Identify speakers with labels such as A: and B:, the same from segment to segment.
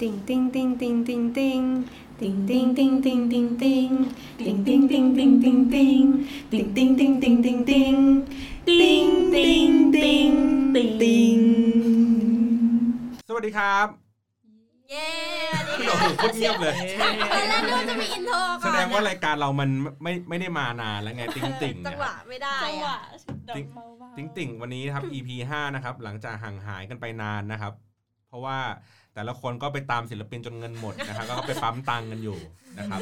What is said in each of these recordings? A: ติ๊งติ๊งติ๊งติ๊งติ๊งติ๊งติ๊งติ๊งติ๊งติ๊งติ๊งติ๊งติ๊งติ๊งติ๊งติ๊งติ๊งติ๊งติ๊งติ๊งติ๊งติ๊งติ๊งติ๊งติ๊งติ๊งติ๊งติ๊ง
B: สวัสดีครับ
C: เย้อันนี้
B: โอ้โหโคตรเงียบเลย
C: ตอนแรกนึกว่าจะมีอินโทรก่อน
B: แสดงว่ารายการเรามันไม่ไม่ได้มานานแล้วไงติ๊งติ่ง
C: จั
B: เนี่
C: ง
B: ย
C: หวะไม่ได้
D: จังห
C: อะ
D: วะดังเบาๆ
B: ติ๊งติ่งวันนี้นะครับ EP 5นะครับหลังจากห่างหายกันไปนานนะครับ เพราะว่าแต่ละคนก็ไปตามศิลปินจนเงินหมดนะครับ ก็ไปปั๊มตังค์กันอยู่นะครับ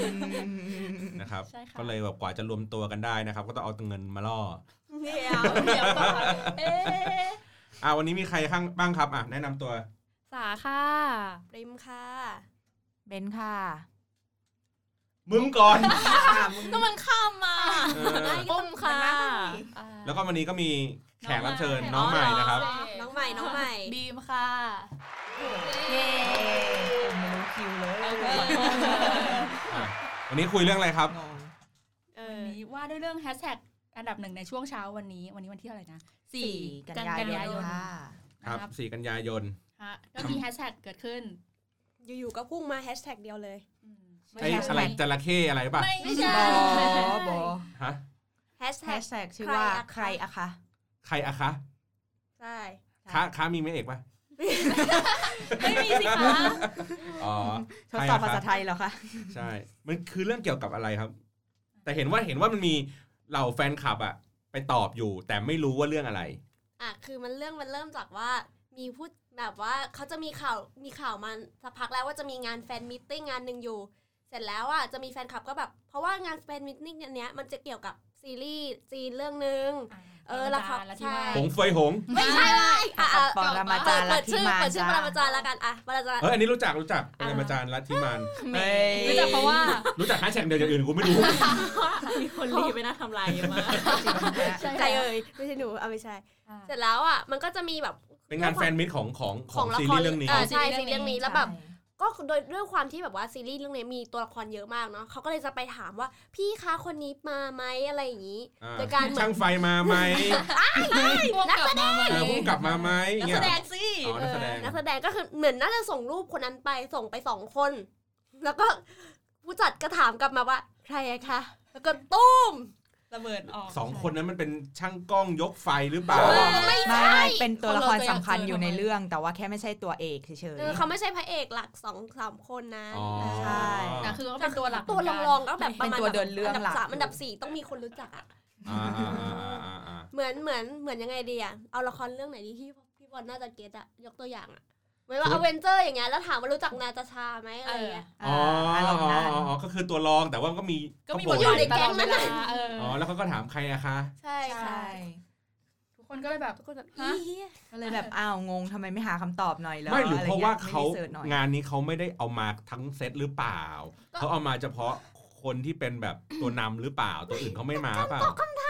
B: นะครับ
D: ใช่ค่ะ
B: ก็เลยแบบกว่าจะรวมตัวกันได้นะครับ ก็ต้องเอาเงินมาล่อ
C: เดี๋ยว
D: เดี๋ยวก่อนเอ๊ะ
B: อ่ะวันนี้มีใครข้างบ้างครับอ่ะแนะนำตัว
E: สาค่ะ
C: ริมค่ะ
E: เบนค่ะ
B: มึงก่อน
D: ก็มันข้ามมา
B: เออ
E: ปุ้มค่ะ
B: แล้วก็วันนี้ก็มีแขกรับเชิญน้องใหม่นะครับ
C: น้องใหม่น้องใหม่
D: บีมค่ะ
E: เย้
B: อ่ะวันนี้คุยเรื่องอะไรครับ
D: เออวันนี้ว่าด้วยเรื่องแฮชแท็กอันดับหนึ่งในช่วงเช้าวันนี้ วันนี้วันที่เท่าไหร่นะสี่
E: ค่ะ
B: ครับ 4 กันยายน
D: ฮะก็มีแฮชแท็กเกิดขึ้น
C: อยู่ๆก็พุ่งมาแฮชแท็กเดียวเลย
E: ไม่
B: ใช้
E: ใช่
B: อะไรจระเข้อะไรป่ะ
D: ไม่
E: ไม่
D: ใช่
E: ใช่บอ
B: ฮะ
C: แฮช
E: แฮ
C: แท็ก
E: ชแท็กชื่อว่า
C: ใค
E: ใค
C: ร
E: ร
C: อะ
E: อะ
C: คะ
E: คะ
B: ใครอะคะ
C: ใช่
B: คะคะมีไหมเอกป่ะ
D: ไม่มีสิคะ
B: อ๋อ
E: ทดสอบภาษาไทยเหรอคะ
B: ใช่ มันคือเรื่องเกี่ยวกับอะไรครับ แต่เห็นว่าเห็นว่ามันมีเหล่าแฟนคลับอะไปตอบอยู่ แต่ไม่รู้ว่าเรื่องอะไร
C: อ่ะคือมันเรื่องมันเริ่มจากว่ามีพูดแบบว่าเขาจะมีข่าวมีข่าวมาสักพักแล้วว่าจะมีงานแฟนมิทติ้งงานหนึ่งอยู่ เสร็จแล้วอ่ะจะมีแฟนคลับก็แบบ เพราะว่างานแฟนมิทติ้งอันเนี้ยมันจะเกี่ยวกับซีรีส์จีนเรื่องหนึ่ง เออละคร
D: ละที่ว่า
B: หงเฟยหง
C: ไม่ใช่ว่าอ่ะอ่ะ
E: ปรมาจารย์ลั
C: เปิด
E: ทธิ
C: ชื่อ
E: มาร
C: เปิดชื่อปรมา
E: จ้า
C: จารย์ละกันอ่ะปรมาจารย์
B: เอออันนี้รู้จักรู้จักปรมาจารย์ลัทธิมาน
D: รู้จักเพราะว่า
B: รู้จักแฮชแท็กเดียวอย่างอื่นกูไม่รู้
D: มีคนรีไปน่าทำลายเยอะมาก
C: ใช่เอ่ยไม่ใช่หนูเอาไม่ใช่ เสร็จแล้วอ่ะมันก็จะมีแบบ
B: เป็นงานแฟนมิตของของของซีรีส์เรื่องนี้
C: เออใช่ซีรีส์เรื่องนี้แล้วแบบก็โดยด้วยความที่แบบว่าซีรีส์เรื่องนี้มีตัวละครเยอะมากเนาะเขาก็เลยจะไปถามว่าพี่คะคนนี้มาไหมอะไรอย่างนี้
B: อ่า
C: โดยการเหมือน
B: ช่างไฟมาไหม
D: นักแสดง
B: เออพุ่งกลับมาไหมอ
D: นั
B: ย่าก ง
D: แส
B: เงี้ย
D: ดงสิ
B: อ๋อนักแสดง
C: นักแสดงก็คือเหมือนน่าจะส่งรูปคนนั้นไปส่งไปสองคน แล้วก็ผู้จัดก็ถามกลับมาว่า ใครอะคะแล้วก็ตุ้ม
D: ระเบิดออก
B: สองคนนั้นมันเป็นช่างกล้องยกไฟหรือเปล่า
C: ไม่
E: ไม่
C: ใช่
E: ไม่เป็นตัวละครสำคัญ
D: คนเราจะอยากเจอ
E: อยู่ในเรื่องแต่ว่าแค่ไม่ใช่ตัวเอกเฉย
C: เออเขาไม่ใช่พระเอกหลักสองสามคนนะ
B: อ๋อ
D: แต่คือก็เป็นตัวหลัก
C: ตัวรองๆก็แบบประมาณ
E: เป็นตัวเดินเรื่อง
C: อัน
E: หลั
C: ดับ
E: ก
C: สามอันดับสี่ต้องมีคนรู้จักอะ
B: อ่าอ่าอ่าอ่าอ่า
C: เหมือนเหมือนเหมือนยังไงดีอะเอาละครเรื่องไหนดีที่พี่บอลน่าจะเก็ตอะยกตัวอย่างอะเหมือนว่าอเวนเจอร์อย่างเงี้ยแล้วถามว่ารู้จักนาตาชาไหมอะไรเงี้ย
B: อ๋อ
E: อารมณ์นั้น
B: อ๋ออ๋อก็คือตัวรองแต่ว่าก็มี
D: ก็มี
B: โห
D: บ
B: ว
D: ท
B: ต
D: บาทตลอดเวลา
B: อ๋อแล้วเขาก็ถามใครอะคะ
C: ใช่
E: ใช่
D: ทุกคนก็เลยแบบ
C: ทุกคนแบบ
D: ฮะ
C: อีเหี้ย
E: ก็เลยแบบอ้าวงงทำไมไม่หาคำตอบหน่อยแล้ว
B: ไม่หรือเพราะว่าเขา
E: งาน
B: งานนี้เขาไม่ได้เอามาทั้งเซตหรือเปล่า เขาเอามาเฉพาะคนที่เป็นแบบตัวนำหรือเปล่า ตัวอื่นเขาไม่มาเปล่า
D: ถา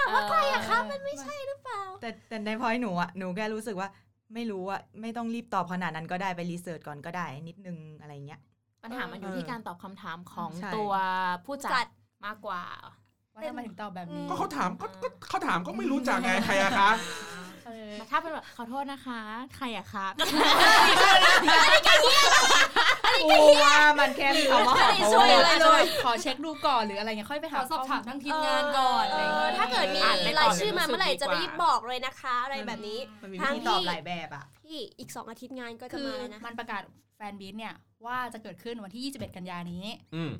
D: มว่าใครอะคะมันไม่ใช่
C: หรือเปล่า
E: แต่แต่ในพอยหนูอะหนูแค่รู้สึกว่าไม่รู้อะไม่ต้องรีบตอบขนาดนั้นก็ได้ไปรีเสิร์ชก่อนก็ได้นิดนึงอะไรเงี้ย
F: ปัญหามันอยู่ที่การตอบคำถามของ
E: ใช่
F: ตัวผู้จั
C: จั
F: ด
C: ด
F: มากกว่า
D: ว่าทำไมถึงตอบแบบนี้
B: ก็เขาถามก็ก็เขาถามก็ไม่รู้จักไงใครอะคะ
D: เออ
F: ถ้าเป็นแบบขอโทษนะคะ ใครอะคะ
E: กูว่ามันแค่มีคำว่าขอโท
D: ช่วย
E: ษ
D: อะไรเลยขอเช็คดูก่อนหรืออะไรเงี้ยค่อยไปหาสอบถามทางทีมงานก่อน
C: เออถ้าเกิดมี
F: อ่านไม่ตอบ
C: รายชื่อมา
F: เลยรู้สึก
C: เมื่อไหร่จะ
F: ดี
C: รี
F: กว่า
C: บบอกเลยนะคะ อะไรแบบนี้
E: มันมีวิธีตอบหลายแบบอะ
C: พี่อีกสองอาทิตย์งานก็จะ
D: คือ
C: มาแล้วนะ
D: มันประกาศแฟนบีทเนี่ยว่าจะเกิดขึ้นวันที่ 21 กันยานี้
B: อืม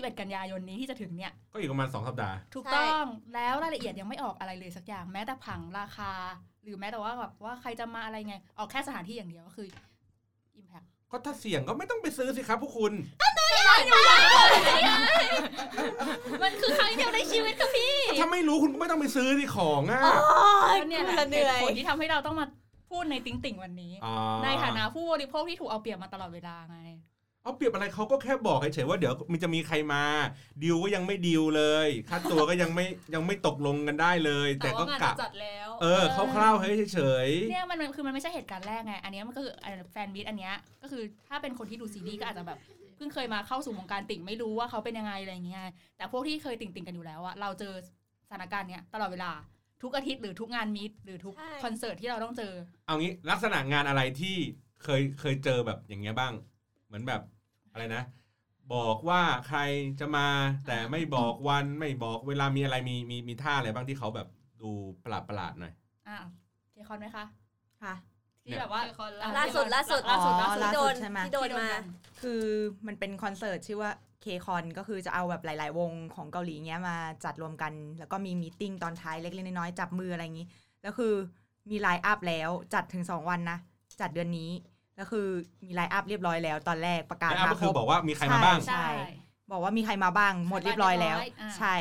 D: 21 กันยายนนี้ที่จะถึงเนี่ย
B: ก็อีกประมาณสองสัปดาห์
D: ถูกต้องแล้วรายละเอียดยังไม่ออกอะไรเลยสักอย่างแม้แต่ผังราคา หรือแม้แต่ว่าแบบว่าใครจะมาอะไรไงออกแค่สถานที่อย่างเดียวก็คือ Impact
B: ก็ถ้าเสี่ยงก็ไม่ต้องไปซื้อสิครับพวกคุณ
D: มันคือครั้งเดียวในชีวิตค่ะพี่
B: ถ้าไม่รู้คุณก็ไม่ต้องไปซื้อสิของอ่ะ
D: ก็เนี่ยแหละ
C: เห
D: เหตุ
C: นื่อย
D: ผลที่ทำให้เราต้องมาพูดในติ๊งติ่งวันนี้
B: อ๋อ
D: ในฐานะผู้บริโภคที่ถูกเอาเปรียบมาตลอดเวลาไง
B: เอาเปรียบอะไรเขาก็แค่บอกเฉยๆว่าเดี๋ยวมันจะมีใครมาดิวก็ยังไม่ดิวเลยค่าตัวก็ยังไม่ยังไม่ตกลงกันได้เลย แต่ก็กะ
F: จัดแล้ว
B: เออคร่าวๆให้เฉยๆ
D: เนี่ยมันมันคือมันไม่ใช่เหตุการณ์แรกไง อันเนี้ยมันก็คืออันแฟนมิตอันเนี้ยก็คือถ้าเป็นคนที่ดูซีรีส์ก็อาจจะแบบเพิ่งเคยมาเข้าสู่วงการติ่งไม่รู้ว่าเขาเป็นยังไงอะไรอย่างเงี้ย แต่พวกที่เคยติ่งติ่งกันอยู่แล้วอะเราเจอสถานการณ์เนี้ยตลอดเวลาทุกอาทิตย์หรือทุกงานมิตหรือทุกคอนเสิร์ตที่เราต้องเจอ
B: เอางี้ลักษณะงานอะไรที่เคยเคยเจอแบบอย่างเงี้ยบ้าง เหมือนแบบอะไรนะ บอกว่าใครจะมาแต่ไม่บอกวันไม่บอกเวลามีอะไรมีมีมีท่าอะไรบ้างที่เขาแบบดูประหลาดประหลาดๆหน่อย
D: อ่ะเคคอนไหมคะ
E: ค่ะ
D: ที่แบบว่าอ่ะ
C: ล่าสุดล่าสุด
E: ล่าสุด
C: อ๋อ
E: ล่า
C: ที่
E: สุด
C: โดน
E: ใช่ไหม
C: ที่โดนมา
E: คือมันเป็นคอนเสิร์ตชื่อว่าเคคอนก็คือจะเอาแบบหลาย ๆ วงของเกาหลีเงี้ยมาจัดรวมกัน แล้วก็มีมีตติ้งตอนท้ายเล็ก ๆ น้อย ๆ จับมืออะไรอย่างนี้ แล้วคือมีไลน์อัพแล้วจัดถึง 2 วันนะ จัดเดือนนี้แล้วคือมีไลน์อัพเรียบร้อยแล้ว ตอนแรกประกาศ
B: แล้วอ้ำ
E: มา
B: ก็คือ
E: รบ
B: บอกว่ามีใครมาบ้าง
E: ใช่
D: ใช่
E: บอกว่ามีใครมาบ้าง หมดเรียบร้อยแล้ว
D: เรียบร้อยอ่า
E: ใช่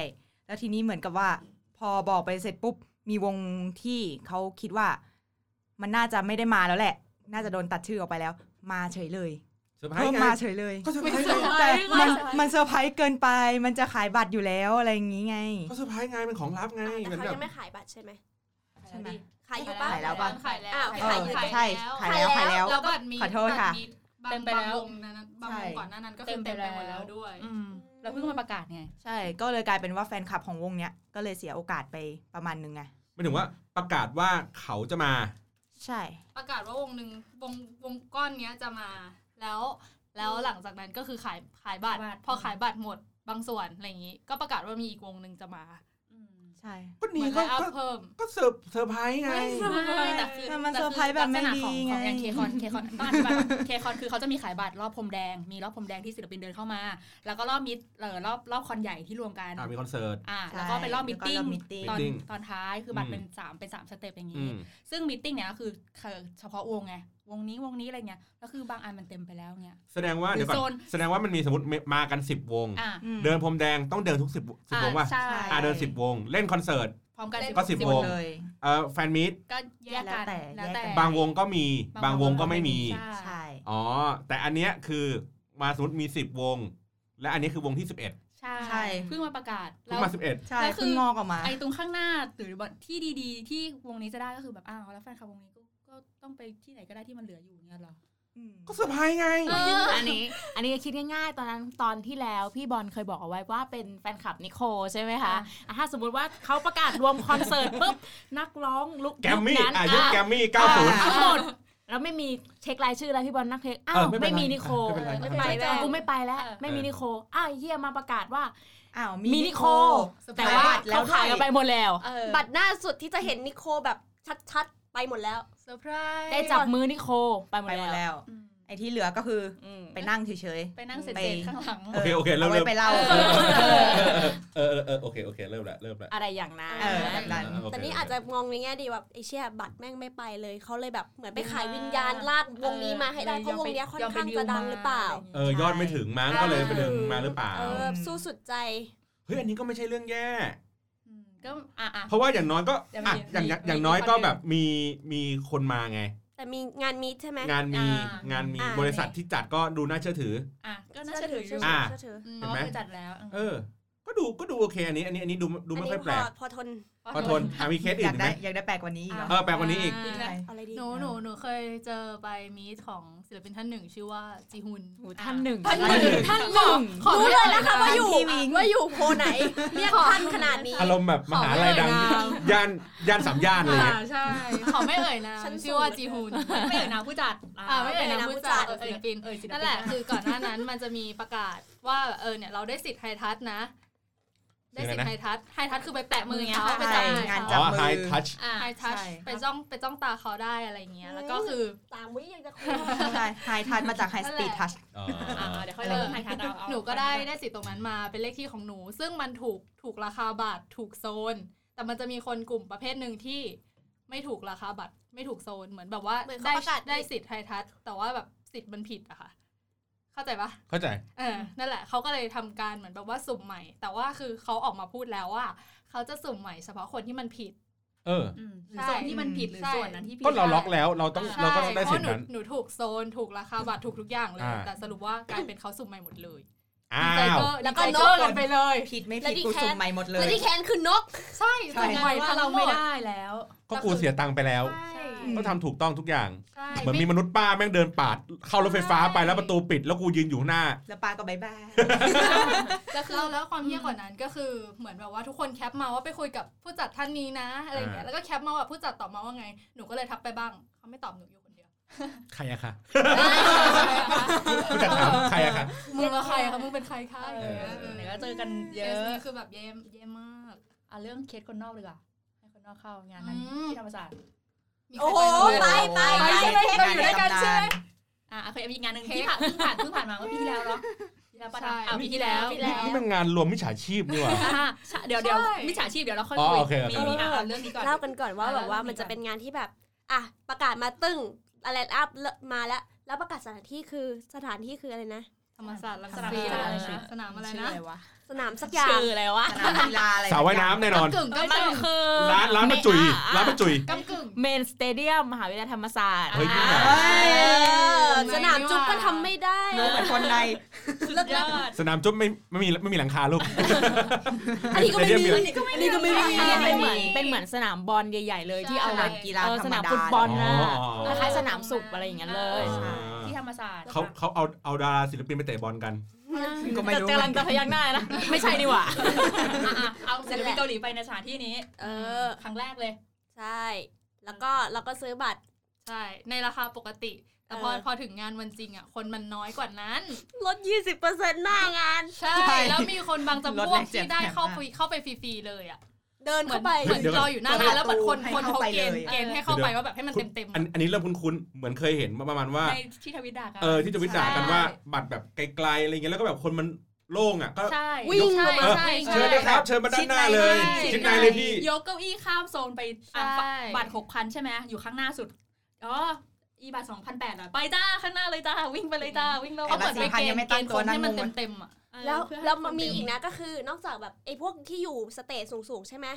E: แล้วทีนี้เหมือนกับว่า พอบอกไปเสร็จปุ๊บ มีวงที่เขาคิดว่า มันน่าจะไม่ได้มาแล้วแหละ น่าจะโดนตัดชื่อออกไปแล้ว มาเฉยเลย
B: เซอร์ไพร
E: เพิ่
B: ส์
E: ม
B: ไง
E: มาเฉยเลย
B: ก็เซอร์ไพรส์ไง
E: แต่มันมันเซอร์ไพรส์เกินไป มันจะขายบัตรอยู่แล้วอะไรอย่างนี้ไง
B: ก็เซอร์ไพรส์ไงเป็นของลับไง
C: แต่
B: มันแบ
C: เขา
B: บ
C: ยังไม่ขายบัตรใช่ไหม
E: ใช่ไหม
C: ขายอยู่ปะ
E: ขายแล้วปะ
G: ขายแล้ว
C: อ้าว
E: เอ
G: ขา
E: อย
G: อยู่
E: ใช่ขายแล้วขายแล้ว
G: แล้วบัตรมี
E: ขอโทษค่ะ
G: บัตรมีบาง
D: เต็มไปแล้ว
G: บางวงนั้นบางวงก่อนหน้านั้นก็คือเต็มไปหมดแล้วด้วย
D: อืมเราเพิ่งมาประกาศไง
E: ใช่ ก็เลยกลายเป็นว่าแฟนคลับของวงเนี้ย ก็เลยเสียโอกาสไปประมาณนึงไง
B: ไม่ถึงว่าประกาศว่าเขาจะมา
E: ใช่
G: ประกาศว่าวงหนึ่งวงวงก้อนเนี้ยจะมาแล้วแล้วหลังจากนั้นก็คือขายขายบัตร
D: ขายบัตร
G: พอขายบัตรหมดบางส่วนอะไรอย่างนี้ ก็ประกาศว่ามีอีกวงหนึ่งจะมา
E: ใช่
B: ก็
G: เห
B: นี่
G: มือน
B: ก็
G: ไลน์อัพ
B: ก็
G: เพิ่ม
B: ก็เซอร์เซอร์ไพรส์ไง
G: แต่คือ
E: แต่มันเซอร์ไพรส์แบบไม่ดีไง
D: อย่างเคคอนเคคอนต้องอธิบายก่อนเคคอนคือเขาจะมีขายบัตรรอบพรมแดง มีรอบพรมแดงที่ศิลปินเดินเข้ามา แล้วก็รอบมิดเออรอบรอบคอนใหญ่ที่รวมกัน
B: อ่ะมีคอนเสิร์ต
D: อ่าแล้วก็เป็นรอบมิทติ้งต
E: แล้วก็รอบ meeting
D: อน
B: meeting
D: ตอนท้ายคือบัตร
B: อืม
D: เป็นสามเป็นสามสเต็ปอย่าง
B: อื
D: นี้
B: ม
D: ซึ่งมิทติ้งเนี่ยก็คือเฉพาะวงไง วงนี้วงนี้อะไรเงี้ย แล้วคือบางอันมันเต็มไปแล้วเงี้ย
B: แสดงว่า
D: หรือ
B: เดี๋ยวก่อ
D: โซน
B: นแสดงว่ามันมีสมมติมากัน 10 วง
D: อ่า
E: อืม
B: เดินพรมแดงต้องเดินทุก 10 10 วงว่ะ
D: ใช่
B: อ่าเดิน 10 วง เล่นคอนเสิร์ต
D: พร้อมกัน
B: ก็สิบ
E: ห
B: ว
E: มด
B: ง
E: เลย
B: เอ่อแฟนมีต
D: ก็แยกกัน
E: แล้วแต่
B: บางวงก็มีบางวงก็ไม่มี
D: ใช่
E: ใช่
B: อ๋อ แต่อันเนี้ยคือมาสมมติมี 10 วง และอันนี้คือวงที่ 11เ
E: ใช่
D: ใช่เพิ่งมาประกาศ
B: พิ่งมา
E: ใช่
D: แล้วคือ
E: เพิ่งงอกออกมา
D: ไอ้ตรงข้างหน้าหรือแบบที่ดีๆ ที่วงนี้จะได้ก็คือแบบอ้าวแล้วแฟนคลับวงนี้ก็ก็ต้องไปที่ไหนก็ได้ที่มันเหลืออยู่เงี้ยเหรอ
B: 11 ก็เซอร์ไพรส์ไง
F: อันนี้ อันนี้คิดง่ายๆ ตอนนั้นตอนที่แล้วพี่บอลเคยบอกเอาไว้ว่าเป็นแฟนคลับนิโคลใช่ไหมคะ
D: อ่ะ
F: อ่ะถ้าสมมติว่าเขาประกาศรวมคอนเสิร์ตปุ๊บนักร้องลุก
B: แกมมี่
F: นั้น
B: อายุ
F: อ่ะ
B: แกมมี่
E: อ่ะ
F: ทั้งหมดแล้วไม่มีเช็ครายชื่อแล้วพี่บอลนักเทคอ้าว
B: เออไม่เป็นไร
F: ไม่มีนิโคล
B: ไม่เป็นไร
F: เออกูไม่ไปแล้ว
D: เออ
F: ไม่มีนิโคลอ้าวไอ้เฮียมาประกาศว่า
E: อ้าว
F: มี
E: มี
F: นิ
E: นิ
F: โค
E: โค
F: ล
E: แต่
F: แต่
E: ว่า
F: ว่า
E: แล้
F: เขา
E: ว
F: ขายกันไปหมดแล้ว
D: บั
C: บั
D: ต
C: ต
D: ร
C: รหน้าสุดที่จะเห็นนิโคแบบชัดๆ ไปหมดแล้ว
G: เซอร์ไพรส์
F: ได้จับมือนิโคลไปหม
E: ไป
F: ด
E: หมด
F: แล้ว
E: แล้ว ไอ้ที่เหลือก็คือ
F: อืม
E: ไปนั่งเฉย
D: ไปนั่งเสร็จ
E: ไป
D: ๆข้างหลัง
E: ๆ
B: โอเคโอเคเริ่ม
E: าไว้
B: เริ่ม
E: ไปเล่า
B: เออเออเออโอเคโอเคเริ่มละเริ่มละ
F: อะไรอย่างนั้น
E: เออแบบนั้น
B: โเค
C: แต่นี่อาจจะมองในแง่ดีแบบไอ้เชี่ยบัตรแม่งไม่ไปเลย เขาเลยแบบเหมือนไปขายวิญญาณลากวงนี้มาให้ได้เพราะวงเนี้ยค่อนข้างจะดังหรือเปล่า
B: เออยอดไม่ถึงมั้งก็เลยไปดึงมาหรือเปล่า
C: เออสู้สุดใจ
B: เฮ้ยอันนี้ก็ไม่ใช่เรื่องแย่
D: อืมก็อ่ะอ่ะ
B: เพราะว่าอย่างน้อยก็
D: เดี๋ยว
B: อ่ะ
D: มี
B: อย่างอย่างอ
D: มี
B: ย่างน้อย
D: มี
B: ก็
D: คนหนึ่ง
B: แบบมีมีคนมาไง
C: แต่มีงานมีใช่ไหม
B: งานมี
D: อ่าง
B: งานมี
C: อ่า
B: บริษัทที่จัดก็ดูน่าเชื่อถือ
D: อ่ะก็น่าจะถืออยู่
C: เชื่
B: ะ
C: เชื่ถือ
D: อืม
B: เห็น
D: เพราะ
B: ไหม
D: ว่าคือจัดแล้ว
B: เออ ก็ดูก็ดูโอเคอันนี้ อันนี้อันนี้ดูดูไม่ค่อยแปลก
C: นนี้พพอทน
B: พอทนอ่ะมีเคส
E: อ
B: อื่
E: ยาน ก
B: อีกไห
E: ได้
B: ม
E: อยากได้แปลกกว่านี้อีกเหรอ
B: เออแปลกกว่านี้อีก
G: า
E: ใช่
C: เอาอะไรดี
G: หนูหนูหนูเคยเจอไปมีตของศิลปินท่านหนึ่งชื่อว่าจีฮุน
F: โอ้ท่านหนึ่ง
C: ท่านหนึ่ง
F: ท่านหนึ่ง
G: ขอ
C: รู้
G: ไม่
C: เลย
G: อ่
C: นะคะว่าอยู่ว่าอยู่โพไหน เรียกท่านขนาดนี้
B: อารมณ์แบบมหาลัยดังย่านย่านสามย่านอะไรเงี้ย
G: อ่าใช่ ขอไม่เอ่ยนาม
C: ฉัน
G: ชื่อว่า
C: สูง
G: จีฮุน
D: ไม่เอ่ยนามผู้จัด
G: อ่าไม่เป็น
C: ไม่
G: นะ
C: เป็นนะ
G: ผู้จัด
C: ผู้จัด
G: เออศิลปิน
D: เอ่ยศิลปิน
G: นั่นแหละคือก่อนหน้านั้นมันจะมีประกาศว่าเออเนี่ยเราได้สิทธิ์ไฮทัชนะ ได้สิ
B: คื
G: ท
B: ออะไรนะ
G: ธิ์ไฮทัชไฮทัชคือไปแตะมือเขา
F: ใช่
G: ไปจับมือง
E: านจั
B: อ๋
E: บ
B: อ
E: มื
B: high touch
D: อ่ะ
G: ไฮทัช
E: ใช่
G: ไปจ้องไปจ้องตาเขาได้อะไรอย่างเงี้ยแล้วก็คือ
C: สามวิยังจะคุย
E: ใช่ไฮทัชมาจากไฮสปีดทัช
B: อ๋อ
D: อ่ะเดี๋ยวค่อย
G: เอ
D: เริ่
G: อ
D: มไทยทัศน์เอาเอา
G: หนูก็ได้ได้สิทธิ์ตรงนั้นมาเป็นเลขที่ของหนู ซึ่งมันถูกถูกราคาบัตรถูกโซน แต่มันจะมีคนกลุ่มประเภทหนึ่งที่ไม่ถูกราคาบัตรไม่ถูกโซนเหมือนแบบว่าได้ได้สิทธิ์ไฮทัชแต่ว่าแบบสิทธิ์มันผิดอะค่ะ เข้าใจปะ
B: เข้าใจ
G: เออ นั่นแหละเขาก็เลยทำการเหมือนแบบว่าสุ่มใหม่ แต่ว่าคือเขาออกมาพูดแล้วว่าเขาจะสุ่มใหม่เฉพาะคนที่มันผิด
B: เออ
D: อืมหรือ
G: ใช่
D: ส่วนที่มันผิดหรือ
G: ใช่
D: ส่วนนั้นที่ผิด
B: ก็เราล็อกแล้วเราต้อง
G: ใช่
B: เราก็ต้องได้
G: เพ
B: สิทธิ์
G: ราะหนู
B: นั้น
G: หนูถูกโซนถูกราคาบัตรถูกทุกอย่างเลย
B: อ่า
G: แต่สรุปว่ากลายเป็นเขาสุ่มใหม่หมดเลย
B: อ้า
G: ดีใจ
B: ว
G: เกอร์ดีใจเกอร์กันไปเลย
E: ผิดไม่
C: แล้
E: ผิ
C: ว
E: ด
C: ที่
E: กู
C: แค
E: สุ่
C: น
E: มใหม่หมดเล
C: แล้ว
E: ย
C: ที่แคนคือนก
G: ใช่
E: ใช่
G: สุ่ม
D: ให
G: ให
D: ม่
G: ม่
D: ว่า
G: ทั้ง
D: เรา
G: หม
D: ไม่
G: ด
D: ได้แล้ว
B: ก็กูเสียตังค์ไปแล้ว
G: ใช่
B: ก็ทำถูกต้องทุกอย่าง
G: ใช่
B: เหมือนมีมนุษย์ป้าแม่งเดินปาด เข้ารถไฟฟ้าไปแล้วประตูปิด แล้วกูยืนอยู่หน้า
E: แล้วปลาก็บายบาย
G: แล้วคือแล้วความเหี้ยกว่านั้นก็คือเหมือนแบบว่าทุกคนแคปมาว่าไปคุยกับผู้จัดท่านนี้นะอะไรอย่างเงี้ย
B: อ่า
G: แล้วก็แคปมาว่าผู้จัดตอบมาว่าไงหนูก็เลยทักไปบ้างเขาไม่ตอบหนูอยู่คนเดียว
H: ใครอะคะ
B: กูจะถามใครอะคะ
G: มึงละใครคะมึงเป็นใครคะอะไรอย่างเงี้ย
D: เออเดี๋ยวก็เจอกันเยอะ
G: คสนี้คือแบบเย่เย่มาก
D: อ่ะเรื่องเคสคนนอกเลยอ่ะให้คนนอกเข้างานนั้น
G: อืม
D: ที่ธรรมศาสตร์
G: มีใคร
C: โอ้โหไปไปไป
G: ไปเราอยู่ด้วยกันใช่ไหม
D: อ่ะเคยมีอีกงานหนึ่งที่ผ่านเพิ่งผ่านเพิ่งผ่านมาเมื่อปีที่แล้วเนาะปีที่แล้วปะ
G: ใช่
D: นะอ่ะปีที่แล้ว
C: ปีที่แล้ว
B: นี่มันงานรวมมิจฉาชีพนี่หว่า
D: อ่ะใช่เดี๋ยวเดี๋ยว
G: ใช่
D: มิจฉาชีพเดี๋ยวเราค่อย
B: อ๋อ
D: คุย
B: โอเคโอเค
D: มีมีอ่ะเอาเรื่องนี้ก่อน
C: เล่ากันก่อนว่า
D: อ่ะ
C: แบบว่า
D: เล่ามั
C: มันจะ
D: ก่อน
C: เป็นงานที่แบบ อ่ะประกาศมาตึ้งอะไรอัพมาแล้ว แล้วประกาศสถานที่คือสถานที่คืออะไรนะ
G: ธรรมศาสตร์รัง
D: ธร
G: สิ
D: รม
G: ต
D: ศาสตร์
G: อะไร
D: รังสิต
G: นะสนามอะไร
E: ชื่อ
G: นะ
E: อะไรวะ
C: สนามสักอย่าง
F: ชื่ออะไรวะ
E: สนามกีฬาอะไร
B: สาวว่ายน้ำแน่นอน
G: กำกึ่งก็
F: มัน
G: เจอ
F: คือ
B: ร้านร้านประจุย ร้านประจุย
G: กำกึ่ง
F: เมนสเตเดียมมหาวิทยาลัยธรรมศาสตร์
B: เฮ้ย
F: อ่ะ
C: เออสนามจุ๊บก็ทำไม่ได้
E: รู้เหมือนคนใน
F: สุดยอด
B: สนามจุ๊บไม่ไม่มีไม่มีหลังคาลูก
C: อันนี้ก็ไม่มี
B: Stadium
C: อันนี้ก็ไม่มี
F: อันเนี้ย
D: ไม่มี
F: เป็นเหมือนเป็นเหมือนสนามบอลใหญ่ ๆ เลยที่เอาไว้
E: ใช่กีฬา
F: เออ
E: ธรรมดา
F: สนามฟุตบอลนะ
B: อ๋ออ๋ออ๋อ
F: คล้ายๆสนามสุขอะไรอย่างเงี้ยเลย
B: อ่า
D: ที่ธรรมศาสตร์
B: เขาเขาเอาเอาดาราศิลปินไปเตะบอลกัน
E: ก็ไม่รู้
F: กำลังจะพยักหน้านะ ไม่ใช่นี่หว่า
D: อ่ะอ่ะเอาศิลปินเกาหลีไปในสถานที่นี้
C: เออ
D: ครั้งแรกเลย
C: ใช่ แล้วก็เราก็ซื้อบัตร
G: ใช่ ในราคาปกติ แต่พอ
C: เออ
G: พอถึงงานวันจริงอ่ะ คนมันน้อยกว่านั้น
C: ลด 20%หน้างาน
G: ใช่ แล้วมีคนบางจำพวกที่ได้เข้าไปเข้าไปฟรีๆเลยอ่ะ
C: เดิน
G: เหมือ
C: เข้าน ไป
G: เหมือน
B: เดี๋ยวก่อน
G: รออยู่หน้างานแล้วเหมือนคนคนเขาเกณฑ์
E: ให้เข้าไปเลย
G: เกณฑ์ให้เข้าไปว่าแบบให้มันเต็มๆ
B: อัน
G: อะ
B: อันนี้เริ่มคุ้นๆเหมือนเคยเห็นประมาณว่า
D: ในที่ทวิตด่ากัน
B: เออที่จะวิจารณ์กันว่าบัตรแบบไกลๆอะไรเงี้ยแล้วก็แบบคนมันโล่งอ่ะก็
D: ใช่
B: วิ่ง
D: ใช่
B: เออ
D: ใช่
B: เชิญเลยครับเชิญมาด้านหน้าเลย
D: ใ
B: ชิดในเลยพี่
D: ยกเก้าอี้ข้ามโซนไปอ่ะ
G: ใช่
D: บัตรหกพันใช่ไหมอยู่ข้างหน้าสุดอ๋ออีบัตรสองพันแปดอ่ะไปจ้าข้างหน้าเลยจ้าวิ่งไปเลยจ้าวิ่งเรา
G: เขาเหมือน
E: แต่ละ
G: ไป
E: สี่พัน
G: เก
E: ยั
G: ณ
E: ง
G: ฑ์
E: ไม่
G: เก
E: ตั้
G: ณ
E: ง
G: ฑ์
E: ตั
G: ค
E: วน นั่ง
G: ให้มัน
E: งง
G: เต็มๆอ่ะ
C: แล้วแล้วมันมี
D: เพื่ให้คเต็
C: อีกนะก็คือนอกจากแบบไอ้พวกที่อยู่สเตจสูงๆ ใช่ไหม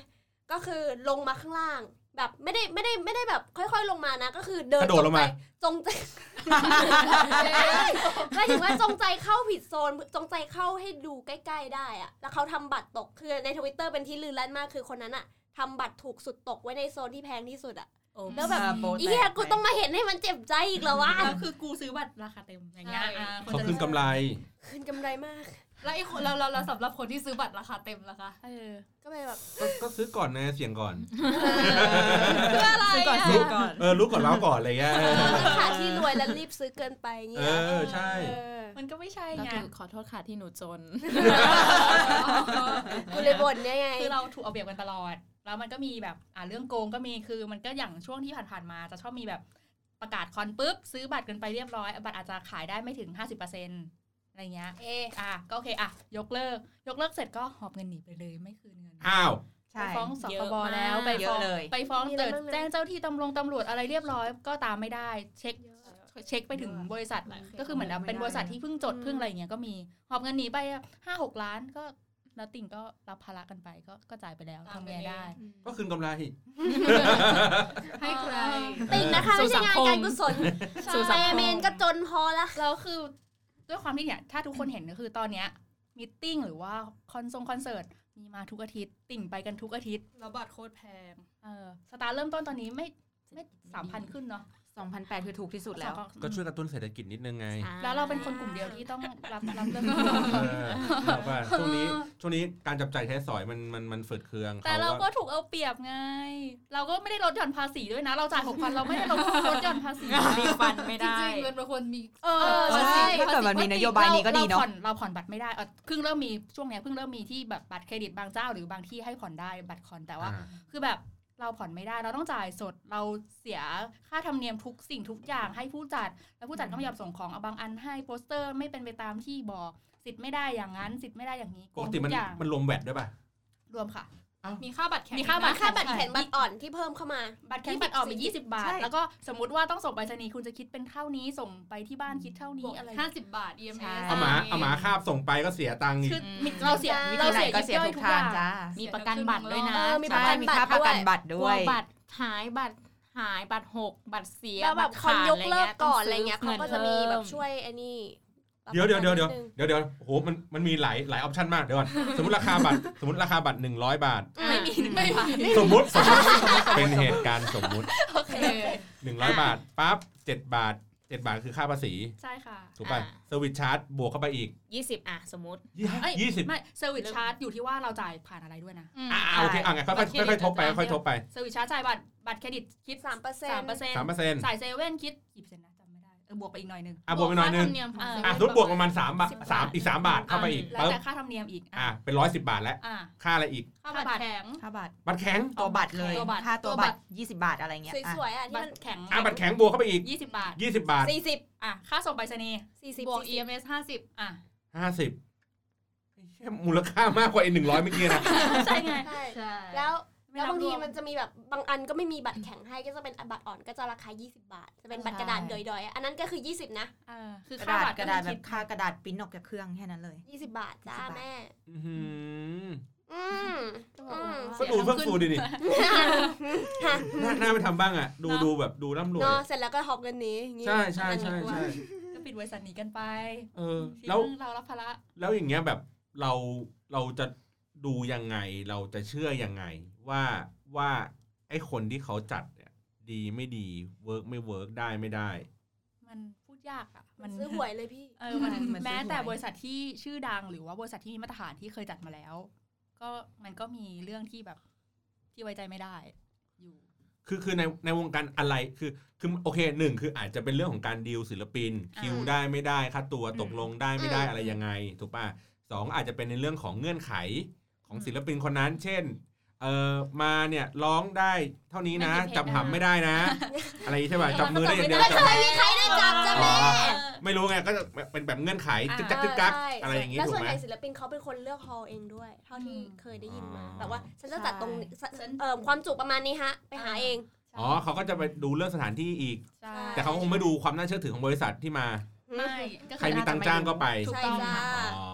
C: ก็คือลงมาข้างล่าง แบบไม่ได้ไม่ได้ไม่ได้แบบค่อยๆลงมานะ ก็คือเดิน
B: กระโดดลงมา
C: จงใจไม่ถึงว่าจงใจเข้าผิดโซนจงใจเข้าให้ดูใกล้ ๆ ได้อะแล้วเขาทำบัตรตกคือในทวิตเตอร์เป็นที่ลือลั่นมากคือคนนั้นอะทำบัตรถูกสุดตกไว้ในโซนที่แพงที่สุดอะ แล้วแบบ
E: โป๊ะตก
C: อีเหี้ยกูต้องมาเห็นให้มันเจ็บใจอีกเหรอวะ
D: แล้วคือกูซื้อบัตรราคาเต็มอย่างเงี้ย
G: ใช่
D: อ่ะ
B: เขา
D: จะ
B: คืนกำไร
C: คืนกำไรมาก
G: แล้วไอ้คนเราเราเราสำหรับคนที่ซื้อบัตรราคาเต็มล่ะคะ
D: เออ
C: ก็ไปแบบ
B: ก็ก็ซื้อก่อนนะเสี่ยงก่อน
E: เพื่ออะไรก่อนซื้อก่อน
B: เออรู้ก่อนว้าวก่อนอะไรเงี้ยเออ
C: เป็นขาที่รวยแล้วรีบซื้อเกินไปเงี้
B: เอยอใช่
C: เออ
D: มันก็ไม่ใช่
F: แล้ว
D: ไง
F: คือขอโทษค่ะที่หนูจน
C: กูเลยบ่นเนี่ยไง
D: คือเราถูกเอาเปรียบกันตลอด แล้วมันก็มีแบบอ่าเรื่องโกงก็มีคือมันก็อย่างช่วงที่ผ่านๆมาจะชอบมีแบบประกาศคอนปุ๊บซื้อบัตรกันไปเรียบร้อย บัตรอาจจะขายได้ไม่ถึง 50%อะไรเงี้ย
C: เอะ
D: อ่ะก็โอเคอ่ะยกเลิก ยกเลิกเสร็จก็หอบเงินหนีไปเลยไม่คืนเงิน
B: อ้าว
E: ใช่
D: ไปฟ้องส
F: เย
D: ค
F: อะ
D: บ
F: มาก
D: แล้วไปฟ้อง
E: เยอะเลย
D: ไปฟ้อง
C: มีอะไร
D: เติด
C: บ้างนะ
D: แจ้งเจ้าที่ตำรวจตำรวจอะไรเรียบร้อย ก็ตามไม่ได้เช็คเช็คไปถึงบริษัทก็คือเหมือนแบบเป็นบริษัทที่เพิ่งจดเพิ่งอะไรอย่างเงี้ยก็มีหอบเงินหนีไปห้าหกล้านก็แล้วติ่งก็รับภาระกันไปก็ก็จ่ายไปแล้วทำไงได้
B: ก็คืนกำไร
G: ให้ใคร
C: ติ่งนะคะ
F: สู่
C: ไม่ใช่งาน
F: สังคม
C: การกุศล
F: สู่
C: เป
F: สังค
C: เม
F: ม
C: นก็จนพอละ
D: แล้วคือด้วยความที่เนี่ยถ้าทุกคนเห็นก็คือตอนเนี้ยมีติ้งหรือว่าคอนทรงคอนเสิร์ตมีมาทุกอาทิตย์ติ่งไปกันทุกอาทิตย์
G: แล้วบัตรโคตรแพง
D: เออสตาร์เริ่มต้นตอนนี้ไม่ไม่สามพันขึ้นเนาะ
E: 2008 คือถูกที่สุดแล้ว
B: ก็ช่วยกระตุ้นเศรษฐกิจนิดนึงไง
D: แล้วเราเป็นคนกลุ่มเดียวที่ต้อง รับรับเรื่อง
B: เออเอาป่ะช่วงนี้ ช่วงนี้การจับจ่ายใช้สอยมันมันมันฝืดเคือง
D: แต่เรา
B: ข
D: ก็ถูกเอาเปรียบไง เราก็ไม่ได้ลดหย่อนภาษีด้วยนะ เราจ่ายหกพันเราไม่ได้ลดลดหย่อน ภาษี
F: รีฟันไม่
G: จ
F: ได้
G: ริงๆเงินมันควรมี
D: เออ
E: ใช่ถ้าเกิดมันมีนโยบายนี้ก็ดีเนอะ
D: รผ่อเราผ่อนบัตรไม่ได้เออเพิ่งเริ่มมีช่วงเนี้ยเพิ่งเริ่มมีที่แบบบัตรเครดิตบางเจ้าหรือบางที่ให้ผ่อนได้บัตรคอนแต่ว่า
B: อ่า
D: คือแบบเราผ่อนไม่ได้เราต้องจ่ายสดเราเสียค่าธรรมเนียมทุกสิ่งทุกอย่างให้ผู้จัด แล้วผู้จัดก็ไม่ยอมส่งของเอาบางอันให้โปสเตอร์ไม่เป็นไปตามที่บอกสิทธิ์ไม่ได้อย่างนั้นสิทธิ์ไม่ได้อย่างนี้โก
B: ปก
D: ง
B: ติ
D: ทุ
B: มัน
D: กอย่าง
B: มันรวมแวดด้วยป่ะ
D: รวมค่ะ
G: มีค่าบัตรแข็ง
D: มีค่าบัตร
C: ค่าบัตรแข็งบัตรอ่อนที่เพิ่มเข้ามา
D: บัตรแข็งบัตรออกไป
C: 20
D: 20 บาท
E: ใช่
D: แล้วก็สมมติว่าต้องส่งไปรษณีย์คุณจะคิดเป็นเท่านี้ส่งไปที่บ้านคิดเท่านี้อะไร
G: ห้าสิบบาท EMS
B: เอาหมาเอาหมาคาบส่งไปก็เสียตังค์อีก
D: คือมิตรเราเสีย
E: วิ
D: เรา
E: ธีไหน
D: เสียยิบ
E: ก็เสีย
D: ย่อย
E: ทุก
D: ทุกอง
E: ทา
D: ย่าง
E: จ้า
F: มีประกันบัตรด้วยนะ
C: เออมีประ
E: ใช่
C: กัน
E: มี
C: บัต
E: ค่าร ประ
C: ด้ว
E: กั
C: ย
E: นบัตรด้
F: กลัว
E: วย
F: บัตรหายบัตรหายบัตรหกบัตรเสีย
C: แล้วแบบค
F: ขาน ด
C: ยกเลิก
F: ะไรงี้
C: ก่อนอะไรเงี้ยเขาก็
F: ต้งซื้
C: จะมีแบบช่วยไอ้นี่
B: เดี๋ยวเดี๋ยวเดี๋ยวเดี๋ยว
C: นินึง
B: เดี๋ยวเดี๋ยวโอ้โหมันมันมีหลายหลายออปชันมากเดี๋ยวก่อนสมมติราคาบัตรสมมติราคาบัตร100 บาท
D: ไม่มีไม่มี
B: สมมติสมมติเป็นเหตุการณ์สมมุติ
D: โอเค
B: 100 บาทปั๊บ7บาท เจ็ดบาทคือค่าภาษี
D: ใช่ค่ะ
B: ถูกป่ะ
F: อ่า
B: เซอร์วิสชาร์จบวกเข้าไปอีก
F: ยี่สิบอ่ะสมมติ
D: เอ้ย
B: ยี่สิบ
D: ไม่เซอร์วิสชาร์จอยู่ที่ว่าเราจ่ายผ่านอะไรด้วยนะ
G: อืม
B: อ่าโอเคอ่ะไงค่อยๆค่อยๆทบไปค่อยๆทบไป
D: เซอร์วิสชาร์จจ่ายบัตรบัตรเครดิตคิด
C: สามเปอร์เซ็น
D: สาม
C: ต์
D: เปอร์เซ็นต์
B: สามเปอร์เซ็นต์
D: จ่ายเซเว่นคิดกี่เปอร์เซ็นต์นะจำไม่ได้เออบวกไปอีกหน่อยหนึง
B: อ่ะบวกไปหน่อยนึง
F: อ่า
B: อ่ะสมมติบวกประมาณสามบาทสามอีกสามบาทเข้าไปอีก
D: แล้ว
B: ปึ๊บ
D: แต่ค่าธรรมเนียมอีก
B: อ่ะเป็นร้อยสิบบาทแล้ว
D: อ่า
B: ค่าอะไรอีก
G: ค่าบัตรแข็ง
E: ค่าบัตร
B: บัตรแข็ง
E: ตัวบัตรเลย
G: ตัวบัตร
E: ค่าตัวบัตรยี่สิบาทอะไรเงี้ย
C: สวยๆอ่ะที่
D: บัต
C: มัน
D: รแข็ง
B: อ่ะบัตรแข็งบวกเข้าไปอีก
D: ยี่สิบบาท
B: ยี่สิบบาท
C: สี่สิบ
D: อ่ะค่าส่งไปรษณีย์
C: สี่สิบบ
G: วก
C: สี่สิบ
G: EMS 50
D: อ่ะ
B: ห้าสิบมูลค่ามากกว่าไอ้หนึ่งร้อยเมื่อกี้นะ
D: ใช่ไง
C: ใช่
G: ใช่
C: แล้ว
D: ไม่
C: แล้
D: รับบ
C: วางที
D: รวม
C: มันจะมีแบบบางอันก็ไม่มีบัตรแข็งให้ก็จะเป็นบัตรอ่อนก็จะราคา 20 บาท จะเป็นบัตรกระดาษดอยๆอ่ะอันนั้นก็คือ 20 นะ
D: เออคือก
E: ระ
D: ค่า
E: ดาษ
D: บัตร
E: กระดาษแบบค่ากระดาษปริ้นออกจากเครื่องแค่นั้นเลย
C: 20 บาทจ้า
E: 20บาท
C: แม่
B: อื้อหือ
C: อืมอืม
B: ก็ดูเพิ่งฟูดิดิ น่าน่าไปทำบ้างอ่ะ ดูดูแบบดูร่ำรวย
C: เนาะเสร็จแล้วก็ฮอปกันนี้อย่างงี้
B: ใช่ใช่ใช่ใช่
D: ก็ปิดบริษัทหนี้กันไป
B: เออ แล้ว
D: ที่เรารับภาระ
B: แล้วอย่างเงี้ยแบบเราเราจะดูยังไงเราจะเชื่อยังไง ว่าว่าไอ้คนที่เขาจัดเนี่ยดีไม่ดีเวิร์กไม่เวิร์กได้ไม่ได้
D: มันพูดยากอ่ะ
C: มันซื้อหวยเลยพี่
D: เออมัน
E: มันซื้อ
D: แม้แต่
E: หวย
D: บริษัทที่ชื่อดังหรือว่าบริษัทที่มีมาตรฐานที่เคยจัดมาแล้ว ก็มันก็มีเรื่องที่แบบที่ไว้ใจไม่ได้อยู่
B: คือคือในในวงการอะไรคือคือโอเคหนึ่งคืออาจจะเป็นเรื่องของการดีลศิลปิน คิว
C: อ่า
B: ได้ไม่ได้ค่าตัวตกลงได้ไม่ได้
C: อืม
B: อะไรยังไง ถูกป่ะสองอาจจะเป็นในเรื่องของเงื่อนไขของศิลปินคนนั้น เช่นเออมาเนี่ยร้องได้เท่านี้นะ
D: ไม่กี่เพลง
B: จับหับ
D: นะ
B: ไม่ได้นะ อะไรอย่างงี้ใช่ป่ะจับมือได้อย่างเดียว
C: ไม่
B: จับ
C: เคยมีใครได้จับจ้าแม่
B: ไม่รู้ไงก็จะเป็นแบบเงื่อนไข
D: อ่า
B: จึกจักจึกจัก
C: เใช่
B: อะไรอย่างงี้
C: แล้ว
B: ถู
C: ส่
B: ก
C: วน
B: ไหม
C: ใหญ่ศิลปินเขาเป็นคนเลือกฮอลเองด้วย เท่าที่
D: อืม
C: เคยได้ยินมา
B: อ๋อ
C: แบบว่าฉันจะจัดตรงนี้
D: ฉัน
C: เอ่อความจุประมาณนี้ฮะ ไปหาเอง
B: อ๋อเขาก็จะไปดูเรื่องสถานที่อีก
D: ใช่
B: แต่เขาคงไม่ดูความน่าเชื่อถือของบริษัทที่มา
D: ไม่ก็อ
B: ใครมีตังค์จ้างก็ไป
D: ถูก
C: ใช่
D: ต้อง
C: จ้า
B: อ๋อ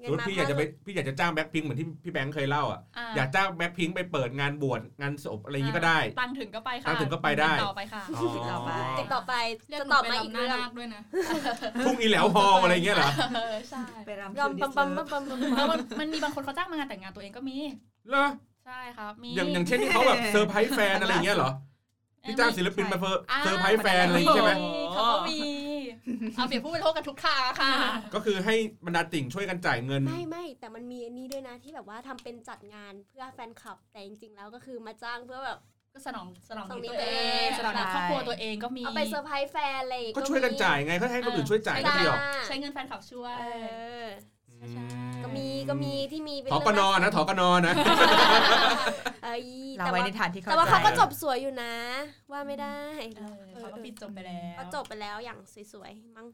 C: เงิน
B: รุ่น
C: มา
B: พี่อยากจะไป
C: เพิ่ม
B: พี่อยากจะจ้างแบ็คพิงเหมือนที่พี่แบงค์เคยเล่าอ่ะอยากจ้างแบ็คพิงไปเปิดงานบวชงานศพอะไรอย่างนี้ก็ได้
D: ตังค์ถึงก็ไปค่ะ
B: ตังค์ถึงก็ไปได้
D: ติต่อไปค่ะ
B: อ๋อ
E: ติดต่อไป
C: ติดต่อไป
G: เรียก
C: จะต
G: หนู
C: อบ
G: ไป
C: มา
G: ลำ
C: อีก
G: หน้า
C: เรื่อง
G: นาคด้วยนะ
B: ทุ่งอีแหลวฮอลล์อะไรอย่างเงี้ยเหรอ
D: เออ ใช่
E: ไปรำ
C: ยอมปั๊มปั๊มปั๊มปั๊มปั๊ม
D: มันมันมีบางคนเขาจ้างมางานแต่งงานตัวเองก็มี
B: เหรอ
D: ใช่ครับมี
B: อย่างอย่างเช่นที่เขาแบบเซอร์ไพรส์แฟนอะไรอย่างเงี้ยเหรอที่จ้างศิลปินมาเฟอร์เซอร์ไพรส์แฟนอะไรอย่างงี้ใช่ไหม
D: เขาก็มีเอาเปรียบผู้บริโภคกันทุกทางอะค่ะ
B: ก็คือให้บรรดาติ่งช่วยกันจ่ายเงิน
C: ไม่ไม่แต่มันมีอันนี้ด้วยนะที่แบบว่าทำเป็นจัดงานเพื่อแฟนคลับ แต่จริงๆแล้วก็คือมาจ้างเพื่อแบบ
D: ก็สนองสนอง
C: สนอง
D: นิ้ว
C: นิ้วตัวเอง ง
D: ตัวเอสนองนิ้วค
E: ใช่
D: รอบครัวตัวเองก็มี
C: เอาไปเซอร์ไพรส์แฟนอะไรอย่างงี้
B: ก็ช่วยกันจ่ายไงก็ให้คนอื่นช่วยจ่ายก็
C: จ้า
B: ดีหรอก
D: ใช้เงินแฟนคลับช่วย
C: เออ
B: อืม
C: ก็มีก็มีที่มีเป็น
B: ถอกนอนะถอกนอ นะ
C: เอ้ย
E: เรา
C: แต่
E: ไว้
C: ว่า
E: ในฐานที่เข้า
C: แต่ว่าเขาก็
E: ใจ
C: จบสวยอยู่นะ ว่าไม่ ได้
D: เออเขาก็ปิดจบไปแล้ว
C: ก็จบไปแล้วอย่างสวยๆมั้ง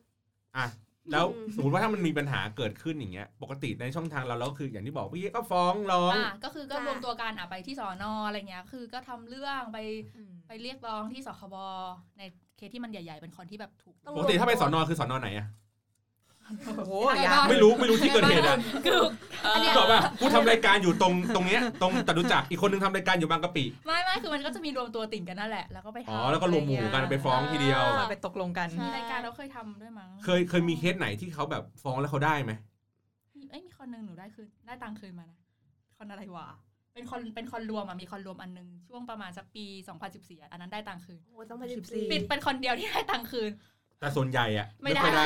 B: อ่ะแล้ว
C: อืม
B: สมมติว่าถ้ามันมีปัญหาเกิดขึ้นอย่างเงี้ย ปกติในช่องทางเราเราก็คืออย่างที่บอกพี่ก็ฟ้องร้อง
D: อ่ะก็คือก็รวมตัวกันอ่ะไปที่สอนออะไรเงี้ย คือก็ทำเรื่องไปไปเรียกร้องที่สคบในเคสที่มันใหญ่ๆ เป็นคนที่แบบถูก
C: ต้อง
B: ปกติถ้าไปสอนอคือสอนอไหนอะ
E: โอ้โห
G: ได้
E: ยา
G: บ้าง
E: ว
B: ไม่รู้ไม่รู้ที่เกิดเหตุอะ
D: อันเนี้ย
B: ตอบว่ากูทำรายการอยู่ตรงตรงเนี้ยตรงจตุจักรอีกคนนึงทำรายการอยู่บางกะปิ
D: ไม่ไม่คือมันก็จะมีรวมตัวติ่งกันนั่นแหละ แล้วก็ไป
B: อ๋อ
D: ทำ
B: แล้วก็รวมหมู่กันไปฟ้องทีเดียว
E: ไปตกลงกัน
D: มีรายการเราเคยทำด้วยมั้ง
B: เคยเคยมีเคสไหนที่เขาแบบฟ้องแล้วเขาได้ไหม
D: มีเอ้ยมีคนหนึงหนูได้คืนได้ตังค์คืนมานะคอนอะไรวะเป็นคนเป็นคนรวมอ่ะมีคนรวมอันนึงช่วงประมาณสักปี 2014อ่ะอันนั้นได้ตังค์คืน
C: โอ้ต้องมาสิบสี่
D: ปิดเป็นคนเดียวที่ได้ตังค์คืน
B: แต่ส่วนใหญ่อะ
D: ไม่
B: ค่อย
D: ได้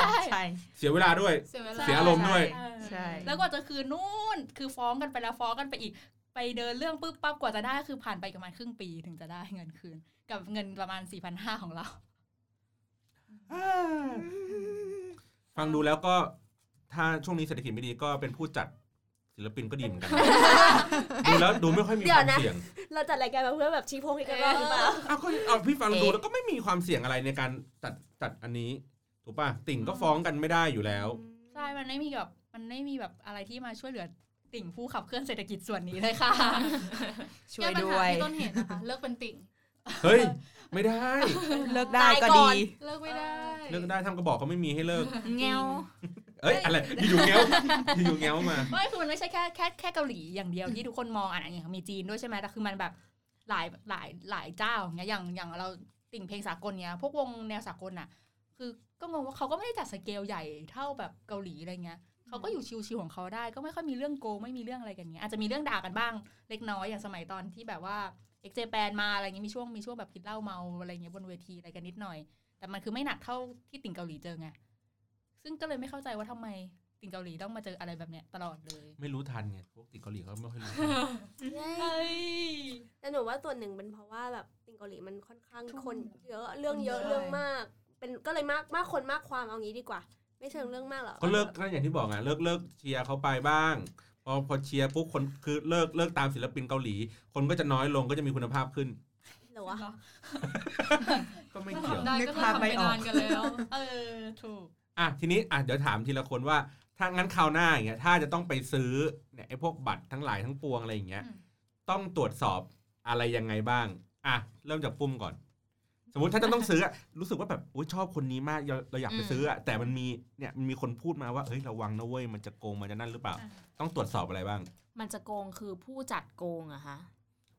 B: ได้
D: ใช่
E: ใช่
B: เสียเวลาด้วย
G: เสียเวลา
B: เสียอารมณ์ด้วย
D: เออ
E: ใช่
D: แล้วกว่าจะคืนนู่น คือฟ้องกันไปแล้วฟ้องกันไปอีก ไปเดินเรื่องปุ๊บปั๊บกว่าจะได้คือผ่านไปประมาณครึ่งปีถึงจะได้เงินคืน กับเงินประมาณ4ี่พันห้าของเรา
B: ฟังดูแล้วก็ ถ้าช่วงนี้เศรษฐกิจไม่ดีก็เป็นผู้จัดศิลปินก็ดีเหมือนกัน ดูแล้วดูไม่ค่อยมีความเสี่ยง
C: เราจัดรายการมาเพื่อแบบชี้โพงให้กัน บ้างหรือเปล่า
B: เอาก็เอาพี่ฟัง
E: เอ๊ะ
B: ดูแล้วก็ไม่มีความเสี่ยงอะไรในการจัดจัดอันนี้ ถูกป่ะ ติ่งก็ฟ้องกันไม่ได้อยู่แล้ว
D: ใช่ มันไม่มีแบบมันไม่มีแบบอะไรที่มาช่วยเหลือติ่งผู้ขับเคลื่อนเศรษฐกิจส่วนนี้เลยค่ะ
E: ช่วยด้วย
G: แก้ปัญหาที่ต้นเหตุนะคะ เลิกเป็นติ่ง
B: เฮ้ย ไม่ได้
E: เลิกได้ก็ดี
G: เลิกไม่ได้
B: เลิกได้ทำกระบอกเขาไม่มีให้เลิก
F: เงว
B: เอ้ย อะไรอยู่ๆแง้วอยู่ๆแง้วมา
D: ไม่คือมันไม่ใช่แค่แค่แค่เกาหลีอย่างเดียวที่ทุกคนมองอ่ะอย่างมีจีนด้วยใช่ไหมแต่คือมันแบบหลายหลายหลายเจ้าอย่างเงี้ยอย่างอย่างเราติ่งเพลงสากลเงี้ยพวกวงแนวสากลอ่ะ คือก็งงว่าเขาก็ไม่ได้จัดสเกลใหญ่เท่าแบบเกาหลีอะไรเงี้ยเขาก็อยู่ชิวๆของเขาได้ก็ไม่ค่อยมีเรื่องโกงไม่มีเรื่องอะไรกันเงี้ยอาจจะมีเรื่องด่ากันบ้างเล็กน้อยอย่างสมัยตอนที่แบบว่าเอ็กเจแปนมาอะไรเงี้ยมีช่วงมีช่วงแบบกินเหล้าเมาอะไรเงี้ยบนเวทีอะไรกันนิดหน่อย แต่มันคือไม่หนักเท่าที่ติ่งเกาหลีเจอไงซึ่งก็เลยไม่เข้าใจว่าทำไมติ่งเกาหลีต้องมาเจออะไรแบบเนี้ยตลอดเลย
B: ไม่รู้ทันไงพวกติดเกาหลีเขาไม่ค่อยรู้
D: เอ้ย
C: แต่หนูว่าส่วนหนึ่งเป็นเพราะว่าแบบติงเกาหลีมันค่อนข้าง
D: ทุ่ม
C: คนเยอะเรื่องเยอะ
D: ใช่
C: เรื่องมาก เป็นก็เลยมากมากคนมากความเอางี้ดีกว่า ไม่เชิงเรื่องมากหรอก
B: ก็เลิกก็อย่างที่บอกไงเลิกเลิกเชียร์เขาไปบ้าง พอพอเชียร์ปุ๊บคนคือเลิกเลิกตามศิลปินเกาหลี คนก็จะน้อยลงก็จะมีคุณภาพขึ้น
C: หรอวะ
B: ก็ไม่
G: ถ้า
B: เกี่ยว
G: ทำได้ก็คือทำไปนานกันแล้ว เออ ถูก
B: อ่ะทีนี้อ่ะเดี๋ยวถามทีละคนว่า ถ้างั้นคราวหน้าอย่างเงี้ยถ้าจะต้องไปซื้อเนี่ยไอ้พวกบัตรทั้งหลายทั้งปวงอะไรอย่างเงี้ย
D: อืม
B: ต้องตรวจสอบอะไรยังไงบ้าง อ่ะเริ่มจากปุ้มก่อน สมมติถ้าจะต้องซื้ออ่ะรู้สึกว่าแบบอุ๊ยชอบคนนี้มากเราเราอยากไปซื้ออ่ะแต่มันมีเนี่ยมันมีคนพูดมาว่าเฮ้ยระวังนะเว้ยมันจะโกงมันจะนั่นหรือเปล่า
D: อ่ะ
B: ต้องตรวจสอบอะไรบ้าง
F: มันจะโกงคือผู้จัดโกงเหรอะฮะ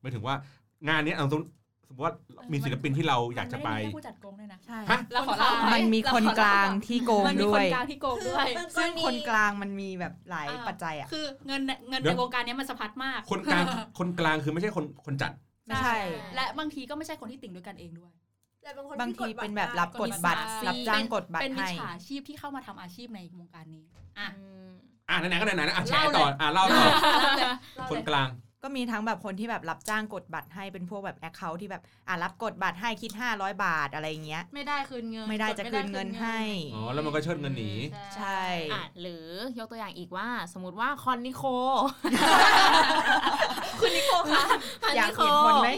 B: หมายถึงว่างานเนี้ยเอาสมมติสมมติว่ามีศิลปินที่เราอยากจะไป
D: มันม่ด้มีแค่ผู้จัดโกงด้วยนะ
E: ใช่
B: ฮะ
D: เราขอลา
E: มันมีคนกลางที่โกง
D: มันมี
E: ด้
D: ค
E: วย
D: นกลางที่โกงด้วย
E: ซึ่งคนกลางมันมีแบบหลาย
D: อ่า
E: ปัจจัยอ่ะ
D: คือเงินเนี่ยเงิน
B: เดี๋
D: ใน
B: ยว
D: วงการเนี้ยมันสะพัดมาก
B: คนกลางคนกลางคือไม่ใช่คนคนจัด
E: ไม่ใช่
D: และบางทีก็ไม่ใช่คนที่ติ่งด้วยกันเองด้วย
C: แต่บางคน
E: บาง
C: ก
E: ที
C: ด
E: เป็น
C: ต
E: แบบรับ
D: ก
E: ก
D: ด
E: ด
D: บั
E: บั
D: ต
E: ต
D: ร
E: ร
D: ซี
E: รับจ้างกดบัต
D: เป็
E: ร
D: นมิจ
E: ให้
D: ฉาชีพที่เข้ามาทำอาชีพในวงการนี้ อ่ะ
B: อ่ะไหนๆก็ไหนๆนะอ่ะแชร์
D: เล่าเลย
B: ต่ออ่ะเล่าต่อ
D: เล่า
B: คน
D: เลย
B: กลาง
E: ก็มีทั้งแบบคนที่แบบรับจ้างกดบัตรให้เป็นพวกแบบแอคเคาท์ที่แบบอ่ะรับกดบัตรให้คิด 500 บาทอะไรอย่างเงี้ย
G: ไม่ได้คืนเงิน
E: ไม่ได้จะคืนเงินให้
B: อ๋อแล้วมันก็เชิดเงินหนี
E: ใช่
F: อ่ะหรือยกตัวอย่างอีกว่า สมมติว่าคอนนิโค
C: คุณนิโคค่ะ
E: อยากเห็นคนไหม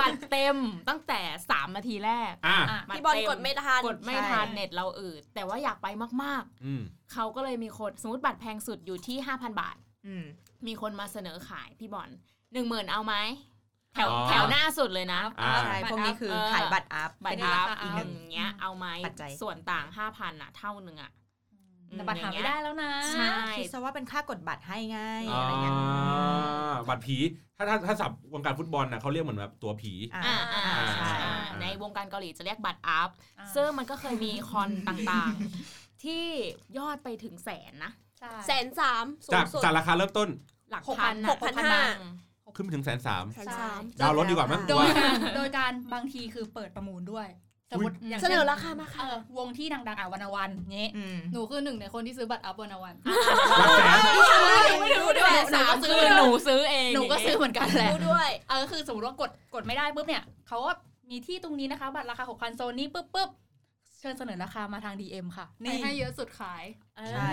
F: บัตรเต็มตั้งแต่ 3 นาทีแรก
B: อ่ะ
D: อ่ะ
F: บัตร
C: พี่บอล
F: เต็
C: กดไม่ทัน
F: กดไม่ทัน
E: ใช่
F: เน็ตเราอืดแต่ว่าอยากไปมาก
B: อืม
F: ๆ เขาก็เลยมีคนสมมติบัตรแพงสุดอยู่ที่ 5,000 บาท
E: อืม
F: มีคนมาเสนอขายพี่บอลหนึ่งหมื่นเอาไหมแถว
B: อ๋อ
F: แถวหน้าสุดเลยนะ
B: อ่า
E: ใช่ พวกนี้คือ
F: เออ
E: ขายบัตรอัพ
F: บัตร
E: เป็น
F: อัพ
E: อี
F: อีก
E: ก
F: ห
E: หนึ่
F: นึ่ง
E: ง
F: เงี้ยเอาไหม
E: ปัจจัย
F: ส่วนต่าง5,000น่ะเท่าหนึ่งอ่ะ
G: แต่ปัญหาไม่ได้แล้วนะ
F: ใช่
E: คิดซะว่าเป็นค่ากดบัตรให้ไง
B: อ่า
E: อะไรเงี้ย
B: บัตรผี ถ้าถ้าถ้าสับวงการฟุตบอลนะเขาเรียกเหมือนแบบตัวผี
E: อ่า
F: อ่าอ่า
B: ใช่
F: ใช่ในวงการเกาหลีจะเรียกบัตรอัพ ซึ่งมันก็เคยมีคอนต่างๆ ที่ยอดไปถึงแสนนะ
C: แสนสามสู
B: จาง ก
C: สุด
B: จากราคาเริ่มต้น
F: หลัก
D: หกพั
F: พัน
D: น
C: หกพันห้า
B: ขึ้นไปถึงแสนสาม
C: แสนสาม
B: ดาวน์รถดีกว่ามั้ง
G: โด
B: ว่าย
G: การโดยการบางทีคือเปิดประมูลด้วย สมมติอย่าง
C: เส
G: ช่น
C: นอราคามาค่ะ
G: เออวงที่ดังๆอ่ะวันวันเงี้ยหนูคือหนึ่งในคนที่ซื้อบัตรอัพวันวัน
B: หลักแสน
C: ไม่รู้ด้วย
F: สามคือหนูซื้อเอง
D: หนูก็ซื้อเหมือนกันแหละ
C: รู้ด้วย
D: เออคือสมมติว่ากดกดไม่ได้ปุ๊บเนี่ยเขาก็มีที่ตรงนี้นะคะบัตรราคา 6,000 โซนนี้ปุ๊บปุ๊บเชิญเสนอราคามาทาง DM ค่ะ
G: นี่
D: นี่
G: ให้เยอะสุดขาย
D: เออ
E: ใช่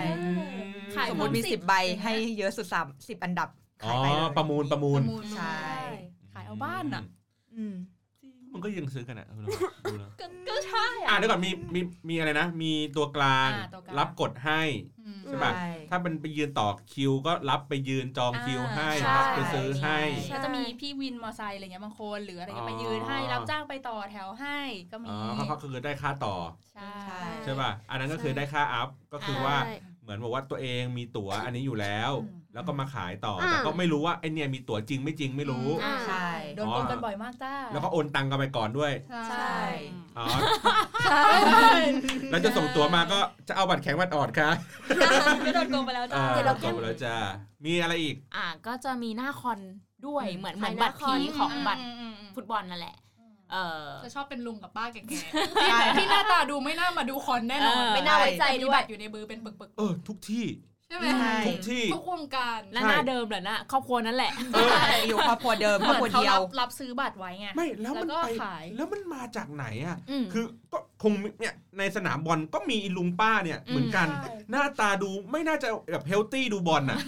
D: ขาย
E: สมมติมี
D: คร
E: สิบใบให้เยอะสุดสามสิบอันดับ
B: อ๋อ
E: ขา
B: ย
E: ไปเลย
B: ประมูลประมูล
E: ใช่
D: ขายเอาบ้านอ่ะ
E: อืม
B: มันก็ยังซื้อกันอ่ะเออเราดูแล้ว
D: ก็ใช่
B: อ่ะ
D: อ่ะ
B: เดี๋ยวก่อนมีมีมีอะไรนะ มีตัวกลาง
D: อ่าตัวกลาง
B: รับกดให้
G: อืม
B: ใช่ป่ะ
E: ใช่
B: ถ้าเป็นไปยืนต่อคิวก็รับไปยืนจองคิวให้
D: ใช่
B: รับไปซื้อให้
C: ใช่
D: ก็จะมีพี่วินมอไซค์อะไรเงี้ยบางคนหรืออะไรเงี้ยไปยืนให้
B: อ๋อ
D: รับจ้างไปต่อแถวให้ก็มี
B: อ๋อเขาก็คือได้ค่าต่อ
D: ใช่
E: ใช่
B: ใช่ป่ะ อันนั้นก็คือได้ค่าอัพ ก็คือว่า เหมือนบอกว่าตัวเองมีตั๋วอันนี้อยู่แล้ว
D: อืม
B: แล้วก็มาขายต่ออ
C: ม
B: แต่ก็ไม่รู้ว่าไอเนี่ยมีตั๋วจริงไม่จริงไม่รู้
C: อ่า
E: ใช่
D: โดนโกงกันบ่อยมากจ้า
B: แล้วก็โอนตังกันไปก่อนด้วย
E: ใช่
G: ใช่
B: อ๋อ แล้วจะส่งตั๋วมาก็จะเอาบัตรแข็งบัตรอ่อนค่ะ
D: ก็โดนโกงไปแล้ว
B: อ่า
D: จ้า
C: เดี๋ยวเราแก้
B: จบแล้วจ้ามีอะไรอีก
F: อ่าก็จะมีหน้าคอนด้วย
D: อืม
F: เหมือนเหมือน
C: ขายห
F: บั
C: น้า
F: ตร
C: ค
F: พี
C: อน
F: ของบัตร
G: อืมอืม
F: ฟุตบอลนั่นแหละ เออ
G: จะชอบเป็นลุงกับป้าแก่ๆที่หน้าตาดูไม่น่ามาดูคอนแน่นอน
F: เออ
C: ไม่น่าไว้ใจ
G: แต่มี
C: ด้วย
G: บัตรอยู่ในมือเป็นปึก
B: เออ ทุกที่
G: ๆ ใช่ไหม
E: ใช่
B: ทุกที่
G: ทุกวงการ
F: และหน้าเดิมเหรอนะครอบครัวนั่นแหละ
B: เออ
E: อยู่ครอบครัวเดิมครอบครัว
D: เขา
E: เดีย
D: รั
E: ว
D: บรับซื้อบัตรไว้ไง
B: ไม่แล้วมัน
D: แล้วก็
B: ไป
D: ขาย
B: แล้วมันมาจากไหนอ่ะ
F: อืม
B: คือก็คงเนี่ยในสนามบอลก็มีอีลุงป้าเนี่ยเหมือนกัน
D: ใช่
B: หน้าตาดูไม่น่าจะแบบเฮลตี้ดูบอลน่ะ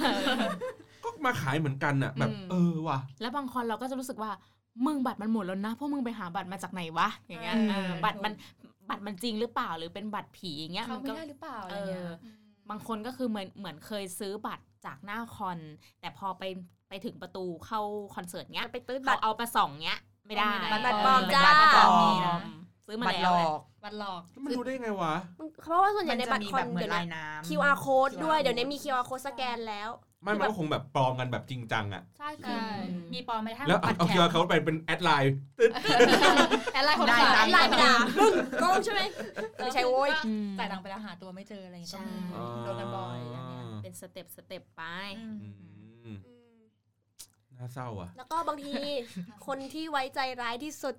B: ก็มาขายเหมือนกันน่ะ แบบ
F: อืม
B: เออว่ะ
F: แล้วบางคนเราก็จะรู้สึกว่า มึงบัตรมันหมดแล้วนะพวกมึงไปหาบัตรมาจากไหนวะอย่างเงี้ย
E: อืม
F: เออบัตรมันบัตรมันจริงหรือเปล่าหรือเป็นบัตรผีอย่างเงี้ย
D: เขา
F: มัน
D: ไม่
F: ก็
D: ได้หรือเปล่าอะไร
F: เอ
D: เงี้ย
F: อ บางคนก็คือเหมือนเหมือนเคยซื้อบัตรจากหน้าคอน แต่พอไปไปถึงประตูเข้าคอนเสิร์ตเงี้ย
C: ไปตื้นบั
F: เขา
C: ตร
F: เอามาส่องเงี้ย ไม่ได้
C: บัตรบัตรปลอมจ้า
F: เบัตรปลอ
E: บัตรปลอม
F: มซื้อมา
E: บัตรห
F: แล้
E: ลอ
F: วแหละ
E: ก
G: บัตรหลอก
B: มันรู้ได้ไงวะ
C: เพราะว่าส่วนให
E: มั
C: ญ่
E: น
C: ใน
E: จะ
C: บัตร
E: มี
C: คอ
E: แบ
C: น
E: บเหมือ
C: เดี๋ย
E: น
C: ว
E: ลา
C: นี้
E: ยน้ำ
C: QR code ด้วย เดี๋ยวนี้มี
E: QR
C: QR code สแกนแล้ว
B: ไม่มันก็คงแบบปลอมกันแบบจริงจังอ่ะ
D: ใช่คือมีปลอมไหมถ้า
B: แล้วเอา
D: บัตร
B: เอา
D: แข็
B: คิ
D: ง
B: วอาร์เขาไปเป็นแอดไลน์ตึ๊ด
D: แอดไลน์คน
E: ได้
D: ขาย
E: ตังค์
C: ไลน์ไปด่ามึงโกงใช่ไหมไม่ใช่โว้ย
F: อืม
D: จ่ายตังค์ไปแล้วหาตัวไม่เจออะไรอย่างเงี้ยก็มี
F: ใช่
D: โดนกันบ่อยอันเนี้ย
F: เป็นสเต็ปสเต็ปไป
D: อืม
B: อืมน่าเศร้าอ่ะ
C: แล้วก็บางที คนที่ไว้ใจร้ายที่สุด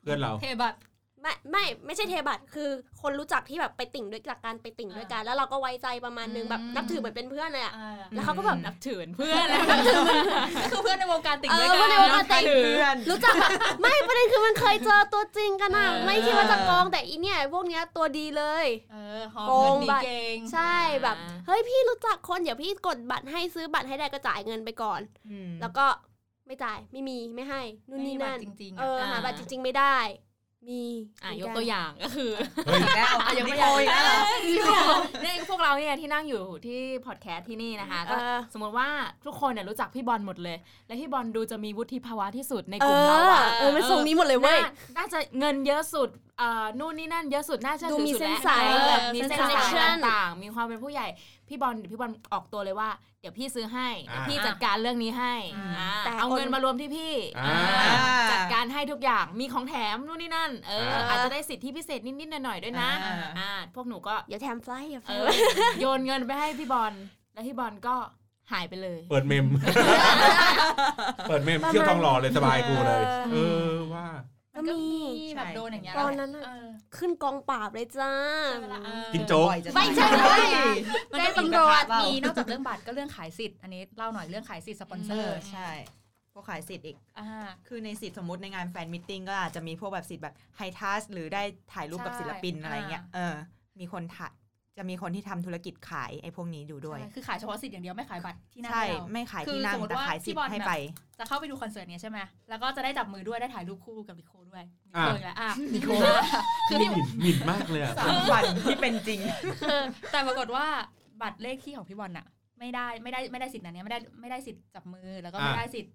B: เพื่อนเรา
G: เทบัตร
C: ไม่ไม่ไม่ใช่เทบัตคือคนรู้จักที่แบบไปติ่งด้วยจากการไปติ่งด้วยกัน แล้วเราก็ไว้ใจประมาณนึงแบบ
D: อืม
C: นับถือเหมือนเป็นเพื่อนเลยอะ
D: อ่า
C: แล้วเขาก็แบบ
F: นับถือเพื่อน
D: ก็คือเพื่อนในวงการติ่ง
C: เอ
D: ด้ว
C: อย เพื่อนในวง
D: กั
C: กาน รติ่ง
E: เพื่อน
C: รู้จักแบบไม่ประเด็นคือมันเคยเจอตัวจริงกันอะ
D: เออ
C: ไม่คิดว่าจะกองแต่อีเนี่ยพวกเนี้ยตัวดีเลย
D: เออหอมเงินดีเก่ง
C: ใช่แบบ
F: อ่า
C: เฮ้ยพี่รู้จักคนเดี๋ยวพี่กดบัตรให้ซื้อบัตรให้ได้ก็จ่ายเงินไปก่อน แล้วก็ไม่จ่ายไม่มีไม่ให้นู่นนี่นั่น
D: ไม่มีบัตรจริงๆอะ
C: เออหาบัตรจริง ๆไม่ได้ มี
F: อ่ะ
C: เหมื
F: ย
C: น
F: ก
C: น
F: ตัวอย่างก็คือ
E: แล้ว
F: อ่ะยก
E: นิ
F: ตัวอ
E: โค
F: ย่า
E: อีก
F: ง
E: แล้วเหรอ
F: เนี่ยพวกเราเนี่ยที่นั่งอยู่ที่พอดแคสต์ที่นี่นะคะก็
C: เออ
F: สมมติว่าทุกคนเนี่ยรู้จักพี่บอลหมดเลย และพี่บอลดูจะมีวุฒิภาวะที่สุดใน
C: เอก
F: ลุ่มเรา
C: อ
F: อ่ะ
C: เออมันทรงนี้หมดเลยเว้ย
F: น่าน่าจะเงินเยอะสุดเอ่อนู่นนี่นั่นเยอะสุดน่าเชื่อ
C: ดู
F: ถือ
C: มี
F: สุดแล้
C: เส้
F: ว
C: นสาย
F: เออมี
C: เส้น
F: เส้น
C: สาย
F: สายต่างๆมีความเป็นผู้ใหญ่พี่บอลเดี๋ยวพี่บอลออกตัวเลยว่าเดี๋ยวพี่ซื้อให้เดี๋ยวพี่
B: อ่า
F: จัดการเรื่องนี้ให้
E: อ่า
F: อ่า
C: แต่
F: เอา
C: คน
F: เงินมารวมที่พี่
B: อ่า
F: อ่าจัดการให้ทุกอย่างมีของแถมนู่นนี่นั่นเออ
C: เอออ
F: อาจจะได้สิทธิพิเศษนิดๆหน่อยๆด้วยนะ
E: อ่า
F: อ่าพวกหนูก็
C: อย่าแถมไฟอย่าแฟ
F: เอ
C: ล
F: อ
C: ช
F: โยนเงินไปให้พี่บอลแล้วพี่บอลก็หายไปเลย
B: เปิดเมม เปิดเมมเที่ยวทองหล่อเลยสบายกูเลย เออว่า
C: ก็มี
D: ที่แบบโดนอย่างเงี้ย
C: ตอนนั้นอะ
D: เอ
C: ขึ้นกองปราบเลยจ้า
D: เออ
B: กินโจ๊ก
E: บ่อยจะ
C: ไม่ใช่ไม่ใช่
D: มันก็มีกระทะเปล่ามีนอกจากเรื่องบัตรก็เรื่องขายสิทธิ์อันนี้เล่าหน่อยเรื่องขายสิทธิ์สปอนเซ
E: เอ
D: อ
E: อ
D: ร์
E: ใช่พวกขายสิทธิ์อีก
D: อ่า
E: คือในสิทธิ์สมมติในงานแฟนมิทติ้งก็อาจจะมีพวกแบบสิทธิ์แบบไฮทัสหรือได้ถ่ายรูปกับ
D: ใช่
E: ศิลปินอะไรเงี้ย
D: อ่า
E: เออ มีคนถ่ายจะมีคนที่ทำธุรกิจขายไอ้พวกนี้อยู่ด้วย
D: ใช่คือขายเฉพาะสิทธิ์อย่างเดียวไม่ขายบัตรที่นั่ง
E: ใช่
D: ให้เรา
E: ไม่ขาย
D: คือ
E: ที่นั่
D: ส
E: ง
D: มมติ
E: แต่
D: ว่า
E: ขายสิท
D: พี่บอล
E: ธิ์ให้
D: แบบ
E: ไป
D: จะเข้าไปดูคอนเสิร์ตเนี้ยใช่ไหมแล้วก็จะได้จับมือด้วยได้ถ่ายรูปคู่กับนิโคด้วยนิ
B: อ่า
D: โคอีกแล้วอ่ะนิโคคือ
B: นี่
D: ที่
B: หมิ่นหมิ่นมากเลยอะ
E: ความฝันที่เป็นจริง
D: คือ แต่ปรากฏว่าบัตรเลขที่ของพี่บอลน่ะ ไม่ได้ไม่ได้ไม่ได้สิทธิ์นั้นเนี้ยไม่ได้ไม่ได้สิทธิ์จับมือแล้วก็ไม่ได้สิทธิ์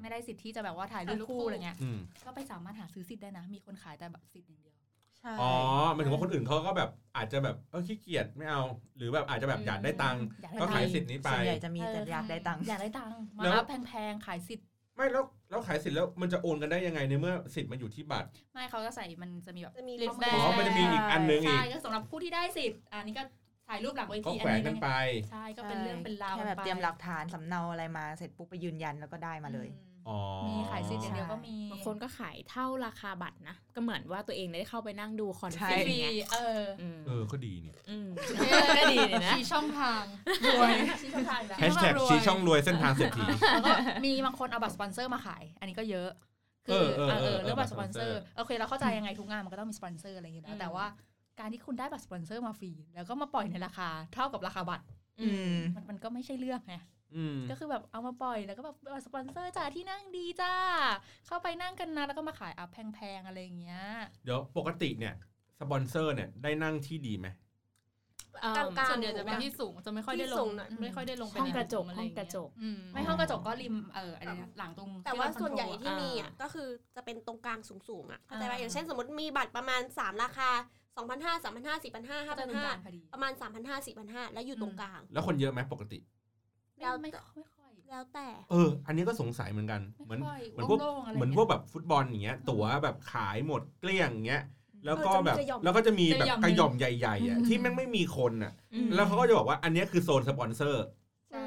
D: ไม่ได้สิทธิ์ที่จะแบบว่าถ่ายรูปคู่อะไรเงี้ย
B: อืม
D: ก็ไปสามารถหาซื้อสิทธิ์ได้นะ มีคนขายแต่แบบสิทธิ์อย่างเดียว
E: ใช่
B: อ๋อหมายถึงว่าคนอื่นเขาก็แบบอาจจะแบบเออขี้เกียจไม่เอา หรือแบบอาจจะแบบอยากได้ตังค์
D: อยากได้
B: ก็ขายสิทธิ์นี้ไป
E: ส่วนใหญ่จะมีแต่อยากได้ตังค์
D: อยากได้ตังค์มา
B: แล้ว
D: อัพแพงๆขายสิทธิ์
B: ไม่แล้วแล้วขายสิทธิ์แล้วมันจะโอนกันได้ยังไงในเมื่อสิทธิ์มันอยู่ที่บัตร
D: ไม่เขาจะใส่มันจะมีแบบ
C: จะมีลิ
D: ลิส
C: ส
D: ต์
C: ต์
D: แบ
C: แบ
B: อ๋อมันจะมีอีกอันนึงอีก
D: ใช่ก็สำหรับผู้ที่ได้สิทธิ์อันนี้ก็ถ่ายรูปหลังเว
B: ก็
D: ที
B: แขวนกันไป
D: ใช่ก็เป็นเรื่องเป็นราว
E: แค่
D: กัน
E: แบ
D: ไป
E: บเตรียมหลักฐานสำเนาอะไรมาเสร็จปุ๊บไปยืนยันแล้วก็ได้มาเลย
B: อ๋อ
D: มีขายสิทธิ์อย่างเดียวก็มี
F: บางคนก็ขายเท่าราคาบัตรนะ ก็เหมือนว่าตัวเองได้เข้าไปนั่งดูคอน
E: ใช่
F: เสิร์ต
D: ฟรี
F: ไง
D: เออ
F: อืม
B: เออก็ดีเนี่ย
F: อืม
G: ก็ดี
F: เลยนะ
G: ชี้ช่องทาง
D: รวยชี้ช่องทาง
B: แฮชแท็ก
G: รวย
B: ชี้ช่องรวยเส้นทางเศรษฐี
D: แล้วก็มี บางคนเอาบัตรสปอนเซอร์มาขาย อันนี้ก็เยอะ คื
B: เออเออ
D: เเ
B: เออ
D: เรื่องบัตรสปอนเซอ
B: บั
D: ร์
B: ตรสปอนเซอร์
D: โอเคเราเข้าใจยังไงทุกงานมันก็ต้องมีสปอนเซอร์อะไรอย่างเงี้ย
F: อื
D: นะ
F: ม
D: แต่ว่าการที่คุณได้บัตรสปอนเซอร์มาฟรีแล้วก็มาปล่อยในราคาเท่ากับราคาบัตร
E: อืม
D: มันมันก็ไม่ใช่เรื่องไง
B: อืม
D: ก็คือแบบเอามาปล่อยแล้วก็แบบเออสปอนเซอร์จ้าที่นั่งดีจ้า เข้าไปนั่งกันนะ แล้วก็มาขายอัพแพงๆ อะไรอย่างเงี้ย
B: เดี๋ยวปกติเนี่ยสปอนเซอร์เนี่ยได้นั่งที่ดีไหม
F: เอิ่ม
C: กลางๆ
G: ส่วนใหญ่จะเป็นที่สูงจะไม่ค่อยได้ล
C: ที่สู
G: ง
C: งหน่อย
G: ไม่ค่อยได้ลงไป
F: ห้องกระจก
G: ใน
F: ห้องกระจก
G: อืม
D: ไม่ห้องกระจกก็ริมเอออะไรนะหลังตรง
C: แต่ว่าส่
D: ที่เรคอโทรล
C: วนใหญ่ที่
F: อ่ามี
C: มีอ่ะก็คือจะเป็นตรงกลางสูงๆอ่ะเข้าใจป่ะอย่างเช่นสมมติมีบัตรประมาณ 3 ราคา 2,500 3,500 4,500
D: ก็จะเป็นการ
C: 5,500
D: พอดี
C: ประมาณ 3,500 4,500แล้วอยู่ตรงกลาง
B: แล้วคนเยอะไหมปกติ
D: ไม่ไม่ค่อยไม่ค่อย
C: แล้วแต่
B: เออ อันนี้ก็สงสัยเหมือนกันเหมือน
D: ไม่ค่อย
B: เหมือนพวก
D: โล่งๆอะไร
B: เหมือน
D: เงี้ย
B: พวกแบบฟุตบอลอย่างเงี้ย ตั๋วแบบขายหมดเกลี้ยงอย่างเงี้ย แล้วก็แบบ
C: จะมีกระหย่อม
B: แล้วก็จะมีแบบก
G: ก
B: ระห
G: ระหย่
B: ย่อ
G: อ
B: ม
G: ม
B: ใหญ่ๆอ่ะ
D: อืม
B: ที่แม่งไม่มีคนอ่ะ
F: อืม
B: แล้วเขาก็จะบอกว่าอันเนี้ยคือโซนสปอนเซอร์
D: ใช่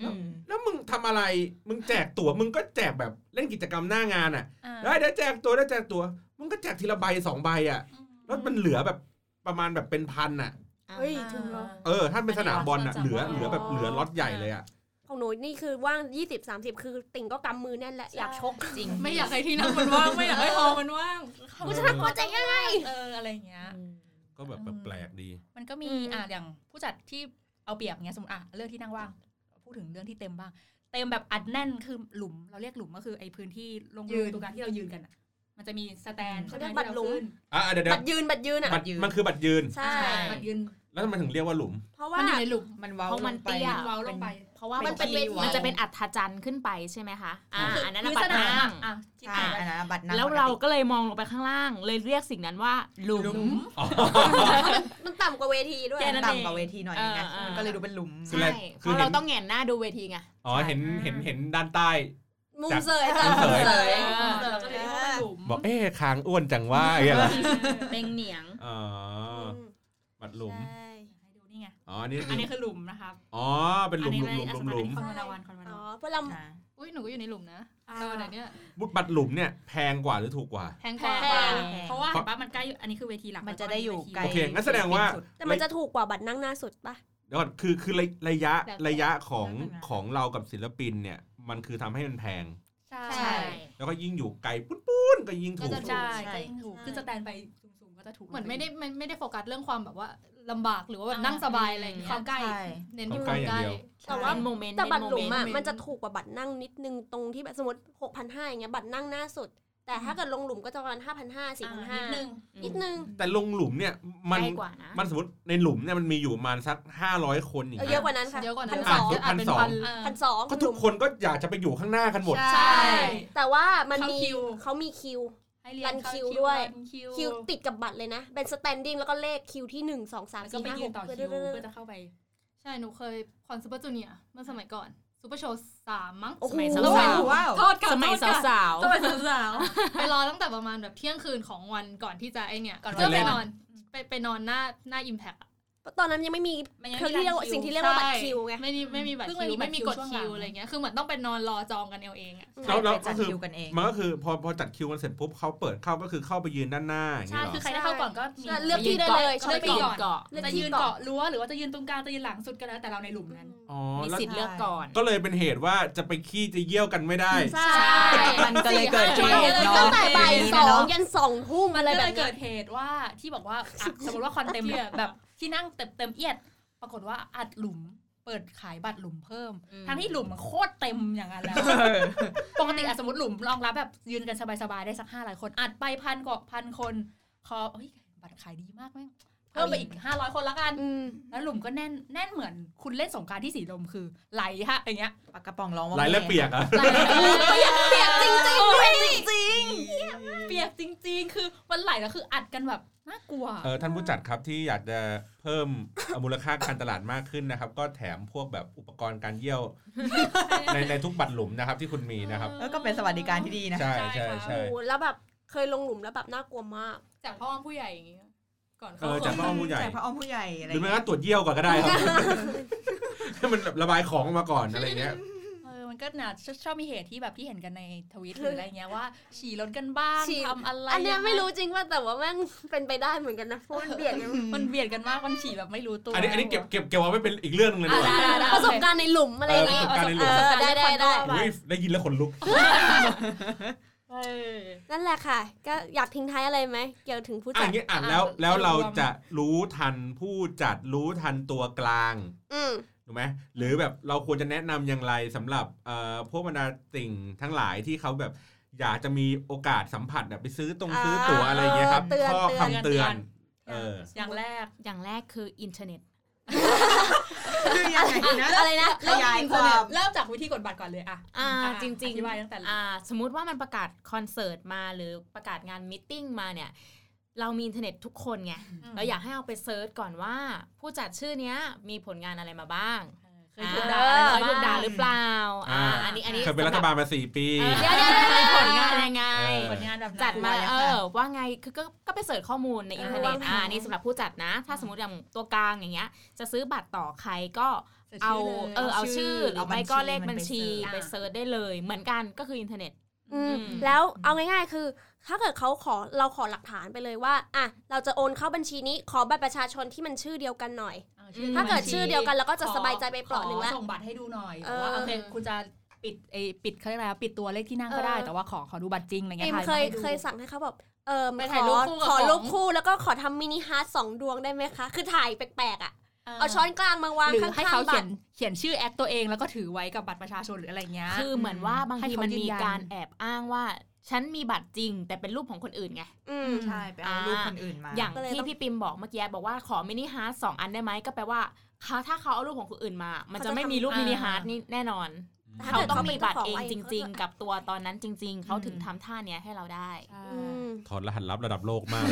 F: อืม
B: แล้วมึงทำอะไรมึงแจกตั๋วมึงก็แจกแบบเล่นกิจกรรมหน้างานอ่ะ
D: อ่า
B: ได้ได้แจกตั๋วได้แจกตั๋วมึงก็แจกทีละใบสองใบอ่ะ
D: อืม
B: แล้วมันเหลือแบบประมาณแบบเป็นพันอ่ะ
C: เฮ้ย
F: อ่า
C: ถึงเหรอ
B: เออถ้าเป็นสนามบอลอ่ะ
D: อัน
B: เห
D: นี้
B: ลือ
D: เราจะ
B: เหลือแบบเห
C: จำว่า
B: ลือล็อตใหญ่เลยอ่ะ
C: ของหนูนี่คือว่าง 20 30 คือติ่งก็กำมือแน่นแหละอยากชก
E: จริง
G: ไม่อยากให้ที่นั่งมันว่างไม่อยากให้ฮอลล์มันว่าง
C: กูจะทำโปรเจกต์ยังไง
D: เอออะไรอย่างเงี้ย
B: ก็แบบแปลกๆดี
D: มันก็มี
C: อืม
D: อ่ะอย่างผู้จัดที่เอาเปรียบเงี้ยสมมติอ่ะเรื่องที่นั่งว่าง พูดถึงเรื่องที่เต็มบ้าง เต็มแบบอัดแน่นคือหลุมเราเรียกหลุมก็คือไอ้พื้นที่ลง
G: ยืน
D: ตรงกลางที่เรายืนกันอ่ะ มันจะมีสแตน
C: เขาเรียกบัตรหลุม
B: อ่ะเดี๋ยวเดี๋ย
C: บั
B: ว
C: ตรยืนบัตรยืนอ่ะ
B: บัตร
E: ยืน
B: มันคือบัตรยืน
C: ใช่
D: ใช่บัตรยืน
B: แล้วทำไมถึงเรียกว่าหลุม
C: เพราะ
G: มั
C: ว่าน
G: อยู่ในหลุม
E: มันเว้า
F: เพราะมัน
E: ลงไป
F: เตี้ย
D: เว้าลงไป
F: เพราะว่า
E: มั
F: มัน น
E: เป็
F: เป็น น
E: เวที
F: มันจะเป็นอัฐจันทร์ขึ้นไปใช่ไหมคะอ่าอันนั้นนะ
D: คือ
F: บัต
D: ส
F: ร
D: นาน
F: าม ง
D: อ่ะ
E: ใช่อันนั้นบัตรนั่ง
F: แล้ว
E: ปก
F: เรา
E: ติ
F: ก็เลยมองลงไปข้างล่าง เลยเรียกสิ่งนั้นว่าหลุ
D: หลุ
F: ม
D: ม
C: มันต่ำกว่าเวทีด้วย
F: แก นั้น
E: ต่ำกว่าเวทีหน่อยนึงไง
F: เออเออ
E: มันก็เลยดูเป็นหลุม
B: คืออะไร
F: ใช่
B: คื
F: เพ
B: อเห็น
F: ราะเราต้องแหงนหน้าดูเวทีไง
B: อ๋อเห็น
D: อ่า
B: เห็นเห็นด้านใต้
C: มุมเสย
B: มุมเสย
C: เสย
D: เราก็เลยเรียกว่าบัตรหลุม
B: บอกเอ๊ะคางอ้วนจัง ว่าอย่างเงี้ยเหรอ
F: เป็นเหนียง
B: อ๋อบัตรหลุม
C: ใช่
D: ให้ดูนี่ไง
B: อ๋ออันนี้
D: อันนี้คือหลุมนะคะ
B: อ๋อเป็นหลุมหลุมหลุมหลุมหลุม
D: คอนวานคอนวา
C: อ๋อ พวกเรา
E: ค่ะ
G: อุ้ยหนูก็อยู่ในหลุมนะ
F: อ่า
G: เออไหนเนี่ย
B: บัตรหลุมเนี่ยแพงกว่าหรือถูกกว่า
G: แพงกว่า
C: แพง
D: เพราะว่าเห็นปะมันใกล้อันนี้คือเวทีหลัก
E: มันจะ
D: แล้ว
E: ได้อยู่
D: เวที
E: ไกล
B: โอเคงั้นแสดงว่า
E: สุด
C: แต่มันจะถูกกว่าบัตรนั่งหน้าสุดปะ
B: เดี๋ยวก่อนคือคือระระยะ
E: แล้วแต่
B: ระยะของ
E: แล้วแต่นะ
B: ของเรากับศิลปินเนี่ย มันคือทำให้มันแพง
D: ใช่
F: ใช่
B: แล้วก็ยิ่งอยู่ไกลปุ้นปุ้นๆก็ยิ่ง
D: ก็
B: ถูก
D: จะถูก
E: ใช่
D: ใช่ถูกขึ้นสแตนไปสูงๆก็จะถูก
G: เหมือนไม่ได้ไม่ไม่ได้โฟกัสเรื่องความแบบว่าลำบากหรือว่าแบบ
D: อ่านั่
G: นั่งสบายอะไรอย่างเงี้ย
D: ความใกล้
E: ใช่
G: เน้นที่ค
B: คาว
G: วาม ม
B: ใก
G: ใก
B: ล้
G: ล้
B: อย่างเดียว
C: แต่
F: แต่
C: ว่า
F: ว่าโมเมนต์
C: แต่บัตรหลุมอ่ะ
F: เ
C: มันจะถูกกว่าบัตรนั่งนิดนึงตรงที่แบบสมมติ6,500อย่างเงี้ยบัตรนั่งหน้าสุด แต่ถ้าเกิดลงหลุมก็จะประมาณ5,500
D: อ่า
C: 4,500
D: นิดนึง
C: นิดนึง
B: แต่ลงหลุมเนี่ยมัน
F: ใกล้กว่านะ
B: มันสมมติในหลุมเนี่ยมันมีอยู่ประมาณสักห้าร้อยคนอย่าง
C: เออเย
B: เงี้
C: อะ
B: ย
C: กว่านั้นค่ะ
G: เยอะกว่านั้
C: พั
G: น
C: น
B: อ่
C: สอง
B: พันสอง
D: เออ
C: พันสอง
B: ก็
C: ห
B: ทุ
C: ลุ
B: ก
C: ม
B: คนก็อยากจะไปอยู่ข้างหน้ากันหมด
G: ใช่
C: แต่ว่ามันมี
D: เข้าคิว
C: เขามีคิว
D: ให้เรียน
C: รัน
D: เข้า
C: คิวด้วย
D: รันคิว
C: คิวติดกับบัตรเลยนะ เป็นสแตนดิ้งแล้วก็เลขคิวที่ 1 2 3
D: แล้วก็
C: 4
D: ไป
C: 5
D: ยืนต่อ
C: 6
D: คิวเพื่อจะเข้าไป
G: ใช่หนูเคยคอนซูเปอร์จูเนียเมื่อสมัยก่อนซูเปอร์โชว์สามมั้ง
C: โอ้โห
F: สมัย
E: โอ้
F: สาว
E: โหว้าว
G: โทษค่ะ
F: ๆสมัย
G: โทษค่ะ
F: สาว
G: สมัยสาวๆไปรอตั้งแต่ประมาณแบบเที่ยงคืนของวันก่อนที่จะไอเนี่ย
D: ก่อน
G: เพื่อ
B: วัน
G: ไป
B: เล่น
G: น
B: อะ
G: อนไปไปนอนหน้าหน้าอิมแพค
C: ตอนนั้นยังไม่มี
D: มันยังไม่
C: เขา
D: มี
C: เรียก
D: บั
C: สิ่
D: ตรคิว
C: งที่เรียกว่าบัตรคิวไง
G: ไม่มีไม่มีบัตร
D: เพิ่ง
G: คิ
D: มา
G: ว
D: มี
G: ไม่มี
D: บั
G: ก
D: ต
G: ด
D: รคิวช่ว
G: คิว
D: งหลัง
G: อะไรเงี้ยคือเหมือนต้องไปนอนรอจองกันเอาเองอะ
C: ใช่
B: แล้วแล้ว
E: ไปจั
B: ก็
E: ด
B: คือ
E: คิวกันเอง
B: มันก็คือพอพอจัดคิวกันเสร็จปุ๊บเขาเปิดเข้าก็คือเข้าไปยืนด้านหน้าอย่าง
D: ใช่
B: เงี้ยเหรอ
D: คือใครได้เข้าก่อนก็มี
C: เลือกที่ได้เลย
D: เลือกที่ก่อน
F: เกาะ
C: เลือก
D: จะ
C: ที่
D: ยืน
C: ก่อน
D: เกาะรั้วหรือว่าจะยืนตรงกลางจะยืนหลังสุดก็แล้วแต่เราในหลุมนั้น
B: อ๋อ
F: มี
B: แล้ว
F: สิทธิ์เลือกก่อน
B: ก็เลยเป็นเหตุว่าจะไปขี้จะเยี่ยวกันไม่ได้
C: ใช่
E: มันก็เลยเกิดเห
D: สี่ห้า
E: ตุเนาะ
C: ตั้งแต่บ่าย
E: นี้
C: ส
E: นะ
C: อง
E: เนาะ
C: ยันสองทุ่ม
D: มั
C: อะ
D: น
C: ไรแบ
D: ก็เล
C: บ
D: ย
C: เนี้
D: เกิ
C: ย
D: ดเหตุว่าที่บอกว่าอ่ะสมมติว่าคอนเต็มแบบแบบที่นั่งเต็มเต็มเอียด ปรากฏว่าอัดหลุมเปิดขายบัตรหลุมเพิ่ม
F: อืม
D: ทั้งที่หลุมมันโคตรเต็มอย่างนั้น แล้วปกติอ่ะสมมติหลุมรองรับแบบยืนกันสบายๆได้สักห้าหลายคนอัดไปพันกว่าพันคนขอเฮ้ยบัตรขายดีมากแม่งเพิ่มไปอีกห้าร้อยคนละกัน
C: อืม
D: แล้วหลุมก็แน่นแน่นเหมือนคุณเล่นสงกรารที่สีลมคือไหลฮะอย่างเงี้ย
E: ปากกระป๋องร้อง ว่า
B: หลายและเปียกอะ
D: เปียกจริงจริงเปียกจริงจริงเปียกจริง ๆ คือมันไหลแล้วคืออัดกันแบบน่ากลัว
B: เออท่านผู้จัดครับที่อยากจะเพิ่ม มูลค่าการตลาดมากขึ้นนะครับ ก็แถมพวกแบบอุปกรณ์การเยี่ยว ในในทุกบัตรหลุมนะครับ ที่คุณมีนะครับ
E: แล้วก็เป็นสวัสดิการที่ดีนะ
B: ใช่
G: ใช่
B: ใช่
G: ค่ะ
B: ใช่
C: โอ้โหแล้วแบบเคยลงหลุมแล้วแบบน่ากลัวมาก
G: จากพ่อผู้ใหญ่อย่างเงี้ยก่อน
B: เอ
G: เข้า
B: อจาก
G: ค
B: พ่
G: อ
B: อ
G: ร์ส
B: ผู้ใหญ่
E: จ่ายพระอ้อมผู้ใหญ่อะไร
B: ห
E: อ
B: รือไม่
E: ย่าง
B: ก็
E: เงี้ย
B: ตรวจเยี่ยวก่อนก็ได้ครับให้มันระบ ายของออกมาก่อนอะไรเงี้ย
D: เออมันก็น่ะชอบชอบมีเหตุที่แบบที่เห็นกันในทวิ ตหรืออะไรเงี้ยว่า ฉี่ล้นกันบ้าง
C: ฉี่
D: ทำอะไร
C: อันเนี้ย
D: ยังง
C: ไม่รู้จริงว่าแต่ว่ามันเป็นไปได้เหมือนกันนะเพราะมันเบียดกัน
D: มันเบียดกันมากมันฉี่แบบไม่รู้ตัว
B: อันนี้อันนี้เก็บเก็บเก็บเอาไว้เป็นอีกเรื่องหนึงเลย
D: อ่ะ
B: ดีกว่า
D: ได้ได้ได้
C: ประสบการณ์ในหลุมอะไรอย่างงี้
B: เออประสบการณ์ในหลุม
C: เออได้ได้ได้
B: อุ้ยได้ยินแล้วขนลุก
G: เออ
C: นั่นแหละค่ะ ก็อยากทิ้งท้ายอะไรไหมเกี่ยวถึงผู้
B: อ่า
C: จั
B: น
C: ด
B: นี้อ่านแล้วแล้วเราจะรู้ทันผู้จัดรู้ทันตัวกลาง
C: อืม
B: ถูกไหมหรือแบบเราควรจะแนะนำอย่างไรสำหรับเอ่อพวกบรรดาติ่งทั้งหลายที่เขาแบบอยากจะมีโอกาสสัมผัสแบบไปซื้อตรง
C: อ่า
B: ซื้อตั๋วอะไรอย่างเงี้ยครับ
C: เออเตือน
B: ข้อ
C: เตือน
B: คำเตือนเออ
D: อย่างแรก
F: อย่างแรกคืออินเทอร์เน็ต
E: คือยังไงนะ
C: อะไรนะ
E: ขยายความ
D: เริ่มจากวิธีกดบัตรก่อนเลยอ่ะ
F: อ่า
D: อ่ะ
F: จริง
D: อธิบายตั้งแต่
F: ๆอ่าสมมุติว่ามันประกาศคอนเสิร์ตมาหรือประกาศงานมิทติ้งมาเนี่ย เรามีอินเทอร์เน็ตทุกคนไง เราอยากให้เอาไปเซิร์ชก่อนว่า ผู้จัดชื่อเนี้ยมีผลงานอะไรมาบ้าง
D: เคยถูกด่าอะไรบ้าง
F: เคยถูกด่าหรือเปล่าอ่าอันนี้อันนี้
B: เคยเป็นรัฐบาลมาสี่ปี
F: สำหรับเออมีผลงานยังไง
B: เออ
D: ผลงานแบบไหน
F: จัดมา
D: อะไรอะ
F: เอ
D: ค่ะ
F: อว่าไงคือก็ก็ไปเสิร์ชข้อมูลในอินเทอร์เน็
C: เอ
F: ต
C: อวางแผน
F: อ่าอันนี่สำหรับผู้จัดนะ ถ้าสมมติอย่างตัวกลางอย่างเงี้ย จะซื้อบัตรต่อใครก็เอาเออเอาชื่อหรือไม่ก็เลขบัญชี
E: เอาบัญชี
F: ไปเสิร์ชได้เลย เหมือนกันก็คืออินเทอร์เน็ต
C: อืม
F: อืม
C: แล้วเอาง่ายๆ คือ ถ้าเกิดเขาขอเราขอหลักฐานไปเลยว่าอ่ะเราจะโอนเข้าบัญชีนี้ขอบัตรประชาชนที่มันชื่อเดียวกันหน่อย
F: อืม
C: ถ้าเกิดชื่อเดียวกันเราก็จะสบายใจไปเปลาะหนึ่ง
D: ข
C: ละ
D: ส่งบัตรให้ดูหน่อย
C: เออ
D: ว่าโอเคคุณจะปิดไอปิดเขาเรียกอะไรนะปิดตัวเลขที่นั่งก็ได้
C: เออ
D: แต่ว่าขอขอดูบัตรจริงอะไร
C: เอ็
D: เงี้ย
C: ม
D: ถ่า
C: เคย
D: มาให้ดู
C: เคยสั่งให้เขาแบบเออ
G: ไป
C: ข
G: ถ่ายรู
C: อ
G: ปคู่กับ
C: ขอ
G: ของ
C: รูปคู่แล้วก็ขอทำมินิฮาร์ทสองดวงได้ไหมคะ คือถ่ายแปลกๆอ่ะ เอาช้อนกลางมาวาง
D: หรือ
C: ข้าง
D: ให้
C: ๆ
D: เขา
C: บั
D: เขี
C: ต
D: ยน
C: ร
D: เขียนชื่อแอคตัวเองแล้วก็ถือไว้กับบัตรประชาชนหรืออะไรเงี้ย
F: คือเหมือนว่าบาง
D: ให้
F: ที
D: เขา
F: มัน
D: ยืน
F: มี
D: ยัน
F: การแอบอ้างว่า ฉันมีบัตรจริง แต่เป็นรูปของคนอื่นไง
C: อืม
E: ใช่ไปเอารูปคนอื่นมา
F: อย่าง
C: ก็เลยต้
F: ที่
C: อง
F: พี่ปิมบอกเมื่อกี้บอกว่าขอมินิฮาร์ดสองอันได้ไหมก็แปลว่าเขาถ้าเขาเอารูปของคนอื่นมา มันจะ
C: เขาจะ
F: ไม่มีรูป
D: ทำ
F: มินิ
D: อ่า
F: ฮาร์ดนี่แน่นอน
C: ถ้า
F: เขา
C: เกิด
F: ต้อง
C: เขาเป็
F: มี
C: น
F: บัตร
C: เจ้าของ
F: เอง
C: ไว้เขา
F: จ
C: ก็
F: ริง ๆ กับตัวตอนนั้นจริง ๆ เขาถึงทำท่าเนี้ยให้เราได้
C: อืม
B: ถอนรหัสลับระดับโลกมาก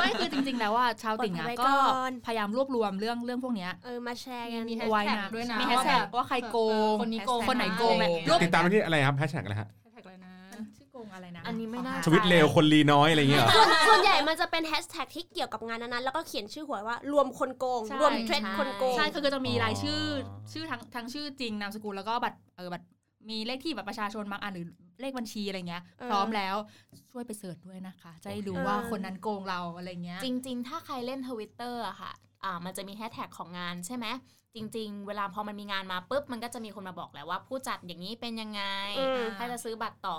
D: ไม่คือจริง ๆ แล้วว่าชาวติ่ง
C: กดไว้
D: อ่ะ
C: ก่
D: ก็
C: อน
D: พยายามรวบรวมเรื่องเรื่องพวกเนี้ย
C: เออมาแชร์กัน
G: มีแฮช
D: เอาไว้
G: แท็ก
D: นะ
G: ด้วยนะ
D: มีแฮชแท็กว่าใครโกง
G: คนนี้โกง
D: คนไหนโกง
G: แฮ
D: แหละ
E: อะไร
D: ร
E: อย่างเงี้ย
D: วบ
B: ติดตามไปที่อะไรครับแฮชแท็กอะไรฮะ
G: ชแท็กเลยนะ
D: ชื่อโกงอะไรนะ
F: อันนี้ไม่น่า
B: ชวิตเลวคนรีน้อยอะไรอย่างเงี้ยเหรอ
C: ส่วนใหญ่มันจะเป็นแฮชแท็กที่เกี่ยวกับงานนั้นๆแล้วก็เขียนชื่อหัวว่ารวมคนโกง
D: ใช่
C: รวมเทรดคนโกง
D: ใช่คือจะมีรายชื่อ
B: อ๋อ
D: ชื่อทั้งทั้งชื่อจริงนามสกุลแล้วก็บัตรเออบัตร มีเลขที่แบบประชาชนบางอันหรือเลขบัญชีอะไรเงี้ย
C: เออ
D: พร้อมแล้วช่วยไปเสิร์ชด้วยนะคะ จะได้รู้
C: โอเค
D: ว่าคนนั้นโกงเราอะไรเงี้ย
F: จริง ๆ ถ้าใครเล่นทวิตเตอร์อะค่ะ อ่า มันจะมีแฮชแท็กของงานใช่ไหม จริง ๆ เวลาพอมันมีงานมาปุ๊บ มันก็จะมีคนมาบอกแหล้วว่าผู้จัดอย่างนี้เป็นยังไง
C: อืม
F: ถ้าจะซื้อบัตรต่อ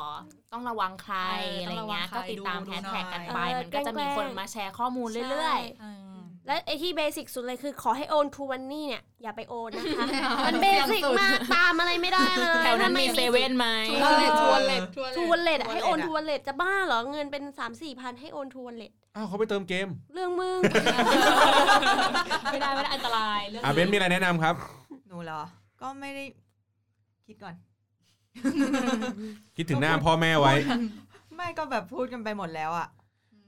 F: ต้องระวังใคร
D: เออ
F: อะ
D: ต้
F: ไร
D: องระวัง
F: เงี้ย
D: ใคร
F: ก็ติดตาม
D: ดูดู
F: แฮชแท็ก
D: หน่อย
F: กันไป
C: เออ
F: มันก็จะมี
C: แกล้ง
F: คนมาแชร์ข้อมูลเรื่อย ๆ
D: อืม
C: และไอที่เบสิกสุดเลยคือขอให้โอนทูวันนี่เนี่ย อย่าไปโอนนะคะ มันเบสิกมากตามอะไรไม่ได้เลย
F: แถวนั้น
C: ทำไ
F: มีเซเว่นไหม
G: ทัวร์เล็ตทัวร์เล็ตทัวร์
C: ทู
G: เล็
C: วันเล
G: ต
C: ทอะให้โอน
E: Wallet อะ
C: ทูวันเลทจะบ้าเหรอเงินเป็น3ามสี่พันให้โอนทูวันเลท
B: อ้าวเขาไปเติมเกม
C: เรื่องมึง
D: ไม่ได้ไม่ได้อันตรายเรื่อง
B: อ่ะเบนซ์มีอะไรแนะนำครับ
E: หนูเหรอ ก็ไม่ได้คิดก่อน
B: คิดถึงหน้าพ่อแม่ไว้
E: ไม่ก็แบบพูดกันไปหมดแล้วอ่ะ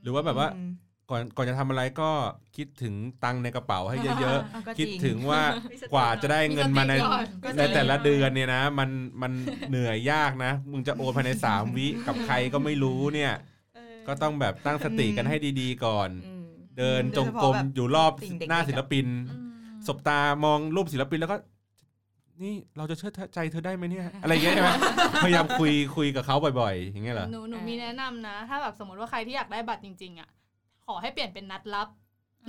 B: หรือว่าแบบว่า
E: อืม
B: ก่อนก่อนจะทำอะไรก็คิดถึงตังค์ในกระเป๋าให้เยอะ
E: ก็
B: ๆ
E: จ
B: คิด
E: ริง
B: ถึงว่า
G: มีสติ
B: กว่าจะได้เงินมาใน
G: ก่อ
E: ก็จริง
B: ในแต่ละเดือนเนี่ยนะ มันมันเหนื่อยยากนะ มึงจะโอนภายใน 3 วิกับใครก็ไม่รู้เนี่ย
E: เออ
B: ก็ต้องแบบตั้งสติกันให้ดีๆก่อน
F: อืม
B: เดินจงกรมอ
E: โดยเฉพาะแบบ
B: ยู่รอบ
E: ติ่งเด็กๆ
B: หน้าศิลปิน
G: อืม
B: สบตามองรูปศิลปินแล้วก็ นี่เราจะเชื่อใจเธอได้ไหมเนี่ย อะไรอย่างเงี้ยใช่ไหม พยายามคุยคุยกับเขาบ่อย ๆ อย่างเงี้ยเหรอ
G: หนูหนูมีแนะนำนะ ถ้าแบบสมมติว่าใครที่อยากได้บัตรจริง ๆ อ่ะ ขอให้เปลี่ยนเป็นนัดรับ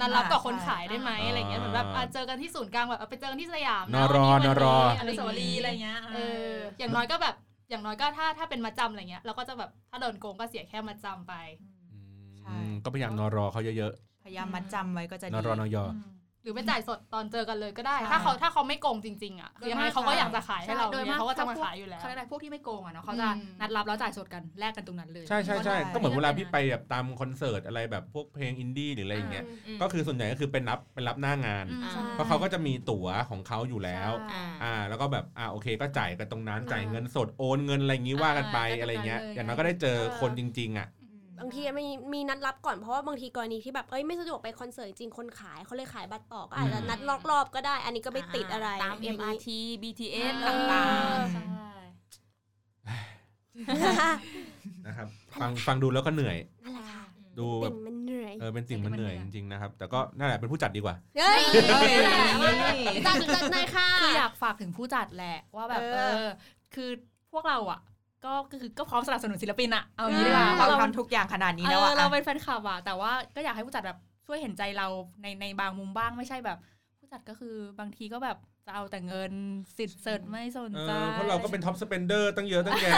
G: นัดรับกับคนขายได้ไหม
B: อ่า
G: อะไรเงี้ยเหมือนแบบอ่ะเจอกันที่ศูนย์กลางแบบเอาไปเจอกันที่สยาม
B: น
G: นะ
B: รอ
G: วันนี้
B: นรอ
G: วัน
D: อ
G: นี้อะไร
D: นุสา
G: อ
D: ว
G: ย่างเงี้ย
D: รีย์อะไรเงี้ย
G: เอออย่างน้อยก็แบบอย่างน้อยก็ถ้าถ้าเป็นมาจำอะไรเงี้ยเราก็จะแบบถ้าโดนโกงก็เสียแค่มาจำไป
B: อืม
E: ใช่
B: ก็พยายามนอรอเขาเยอะ
E: พยายามมัดจำไว้ก็จะ
B: ๆน
E: ดี
B: อรอนอยอ
G: หรือไม่จ่ายสดตอนเจอกันเลยก็ได้
E: ใช่
G: ถ้าเขาถ้าเขาไม่โกงจริงๆอ่ะคือยังไงเขาก็อยากจะขายให้เรา
D: โดย
G: เนี่
D: มาย ก
G: เขาก็จะมาขายอยู่แล้ว
D: เขาเรีกอะไรพวกที่ไม่โกงอ่ะเนาะเขาจะ
G: อืม
D: นัดรับแล้วจ่ายสดกันแลกกันตรงนั้นเลย
B: ใช่ใช่ใช่
E: ก็ได้
B: ก็เหมือนเวลาพี่ไปแบบตามคอนเสิร์ตอะไรแบบพวกเพลงอินดี้หรืออะไรอย่างเงี้ย
F: อืม
B: ก็คือส่วนใหญ่ก็คือเป็นรับเป็นรับหน้างาน
G: อืม
F: อ่า
B: เพราะเขาก็จะมีตั๋วของเขาอยู่แล้ว
F: อ่า
B: อ่า แล้วก็แบบอ่าโอเคก็จ่ายกันตรงนั้นจ่ายเงินสดโอนเงินอะไรอย่างงี้ว่ากันไป
D: อ่าก็ตรงนั้น
B: อะไรเงี้ย
D: เลย
B: อย่างน้อยก็ได้เจอคนจริง ๆ อ่ะ
C: บางทีมีมีนัดรับก่อนเพราะว่าบางทีกรณีที่แบบเอ้ยไม่สะดวกไปคอนเสิร์ตจริงคนขายเขาเลยขายบัตรต่อก็อาจจะ
F: อืม
C: นัดล็อกรอบก็ได้ อันนี้ก็ไม่ติดอะไร
F: ตาม
C: อย่างนี้
F: MRT BTS
G: เอ
F: ต
G: อ
F: ่าง
D: ใช่
B: นะครับ ฟังฟังดูแล้วก็เหนื่อย
C: นั่นแหละค่ะ
F: ๆ
B: ดูแบบ
C: ติ่งมันเหนื่อย
B: เออเป็นสิ่งมันเหนื่อยจริงๆนะครับ แต่ก็นั่นแหละเป็นผู้จัดดีกว่า
C: เฮ้ยนั่นแหละว่าจัดจัดหนายค่ะ
D: คืออยากฝากถึงผู้จัดแหละว่าแบบ
E: เอ
D: เอ
E: อ
D: อ คือพวกเราอ่ะ ก็ก็คือก็พร้อมสนับสนุนศิลปินอ่ะเอางี้
E: นี่
D: ดี
E: ดี
D: ก
E: ก
D: ว่า
E: ว่าเรา
D: เรา
E: ทำทุกอย่างขนาดนี้
D: เอ
E: แล้ว
D: อ
E: อะ
D: เราเป็นแฟนคลับอ่ะแต่ว่าก็อยากให้ผู้จัดแบบช่วยเห็นใจเราในในบางมุมบ้างไม่ใช่แบบ ผู้จัดก็คือบางทีก็แบบจะเอาแต่เงินสิทธิ์เสิร์ชไม่สน
B: เอ
D: ใจ
B: อเพราะเราก็เป็นท็อปสเปนเดอร์ตั้งเยอะตั้งแย ะ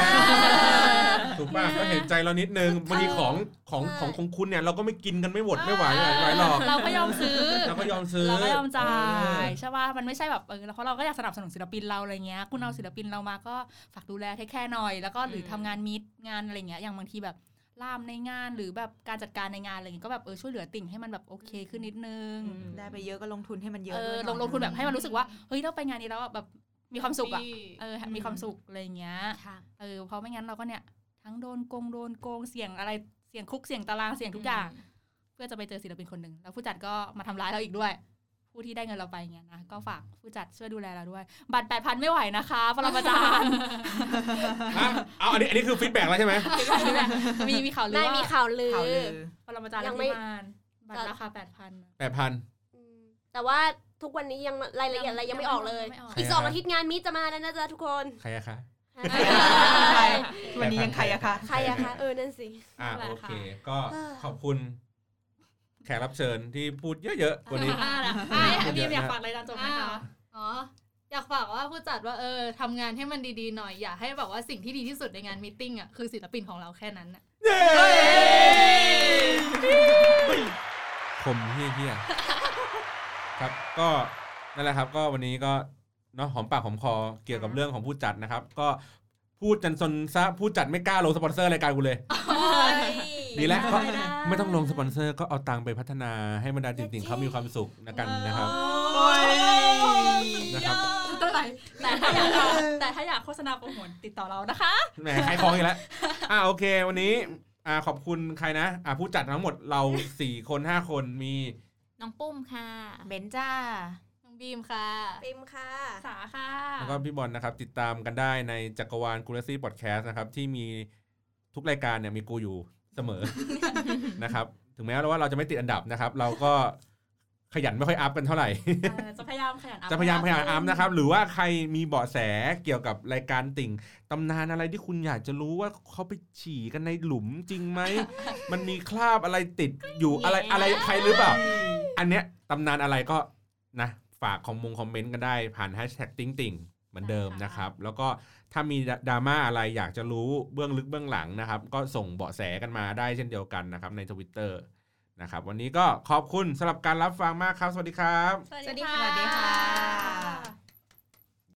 B: ถูกป่ะก็เห็นใจเรานิดนึงบางทีของของของของคุณเนี่ย เราก็ไม่กินกันไม่หมดไม่ไหว
D: เอ
B: ไม่
D: อ
B: ไหวหรอก
D: เราก็ยอมซื้อ
B: เราก็ยอมซื้อ
D: เราก็ยอมจ่า
B: เออย
D: ใช่ป่ะมันไม่ใช่แบบเออแล้วเพราะเราก็อยากสนับสนุนศิลปินเราอะไรเงี้ย คุณเอาศิลปินเรามาก็ฝากดูแลแค่หน่อย แล้วก็หรือ
F: ม
D: ทำงานมิดงานอะไรเงี้ยอย่างบางทีแบบล่ามในงานหรือแบบการจัดการในงานอะไรเงี้ยก็แบบเออช่วยเหลือติ่งให้มันแบบโอเคขึ้นนิดนึง
E: ได้ไปเยอะก็ลงทุนให้มันเยอะ
D: เออ
E: ด้วย
D: ล
E: หน่
D: ง
E: ย
D: ลงทุนแบบให้มันรู้สึกว่าเฮ้ยเราไปงานนี้แล้วแบบมีความสุขอะ
G: ที่
D: เออมีความสุขอะไรเงี้ย
F: ค่ะ
D: เออเพราะไม่งั้นเราก็เนี่ยทั้งโดนโกงโดนโกงเสี่ยงอะไรเสี่ยงคุกเสี่ยงตารางเสี่ยงทุกอย่าง เพื่อจะไปเจอศิลปินคนหนึ่งแล้วผู้จัดก็มาทำร้ายเราอีกด้วย ผู้ที่ได้เงินเราไปเงี้ยนะก็ฝากผู้จัดช่วยดูแลเราด้วย บัตรแปดพันไม่ไหวนะคะปรมาจารย์
B: ฮะเอาอันนี้อันนี้คือฟีดแบ็กแล้วใช่ไหม
D: มีมีข่าวลื
C: นาย
D: อ
C: มี
D: ว่า
C: ข่าวลือ
E: ข่าวลือ
D: ปรมาจารย์
C: ยั
D: ลั
C: ง
D: ง
C: ไม่
D: ไม่มานบัตรราคาแปดพัน
B: แปดพัน
C: มแต่ว่าทุกวันนี้ยังรายละเอียดอะไรยังไม่ออกเลย
D: ไม่ออก
B: ใคร
C: อีก
B: อะ
C: สอง
B: คะ
C: อาทิตย์งานมิตรจะมาแล้วนะจ๊ะทุกคน
B: ใครอะคะ
E: ใคร วันนี้ยังใครอะคะ
C: ใครอะคะเออนั่นสิ
B: อ่าโอเค ก็ขอบคุณ แขกรับเชิญที่พูดเยอะๆวันนี้
D: อ่าละอ่าบีมอยากฝากอะไรตอนจบไหม
G: อ้าว
D: คะ
G: อ๋ออยากฝากว่าผู้จัดว่าเออทำงานให้มันดีๆหน่อยอย่าให้แบบว่าสิ่งที่ดีที่สุดในงานมตติ팅อ่ะคือศิลปินของเราแค่นั้นน่ะ
B: เย้คมเฮี้ยๆครับก็นั่นแหละครับ ก็วันนี้ก็เนาะหอมปากหอมคอเกี่ยวกับเรื่องของผู้จัดนะครับ ก็พูดจนซนซะผู้จัดไม่กล้าลงสปอนเซอร์รายการกู เลย ดีแล้วก็ไม่ต้องลงสปอนเซอร์ก็เอาตังค์ไปพัฒนาให้บรรดาจริงๆเขามีความสุขนะกันนะครับ นะครับ
D: เท่าไหร่แต่ถ้าอยากเอาแต่ถ้าอยากโฆษณาโปรโมทติดต่อเรานะคะ
B: แหมขายของอีกแล้ว อ่าโอเค วันนี้ อ่าขอบคุณใครนะ อ่าผู้จัดทั้งหมดเราสี่คนห้าคนมี
F: น้องปุ้มค่ะ
E: เบนจ้า
G: น้องบีมค่ะ
C: ปิมค่ะ
D: สาค่ะ
B: แล้วก็พี่บอลนะครับ ติดตามกันได้ในจักรวาลกูเลซี่พอดแคสต์นะครับ ที่มีทุกรายการเนี่ยมีกูอยู่เสมอ นะครับ ถึงแม้ว่าเราจะไม่ติดอันดับนะครับ เราก็ ขยันไม่ค่อยอัพกันเท่าไหร่
D: เออจะพยายามขยันอัพ
B: จะพยายามพยายาม
D: ขึ้น
B: อัพนะครับ หรือว่าใครมีเบาะแสเกี่ยวกับรายการติ่งตำนานอะไรที่คุณอยากจะรู้ว่าเขาไปฉี่กันในหลุมจริ งไหม มันมีคราบอะไรติดอยู่อะไรอะไรใครหรือเปล่า อันเนี้ยตำนานอะไรก็นะ ฝากคอมมงคอมเมนต์กันได้ผ่านแฮชแท็กติ่งติ่งเหมือนเดิมนะครับ แล้วก็ถ้ามีดราม่าอะไรอยากจะรู้เบื้องลึกเบื้องหลังนะครับ ก็ส่งเบาะแสกันมาได้เช่นเดียวกันนะครับในทวิตเตอร์นะครับ วันนี้ก็ขอบคุณสำหรับการรับฟังมากครับ สวัสดีครับ
C: สวัส
F: สวัส
C: ดี
F: ดี
C: ค่ะ
F: ค่ะ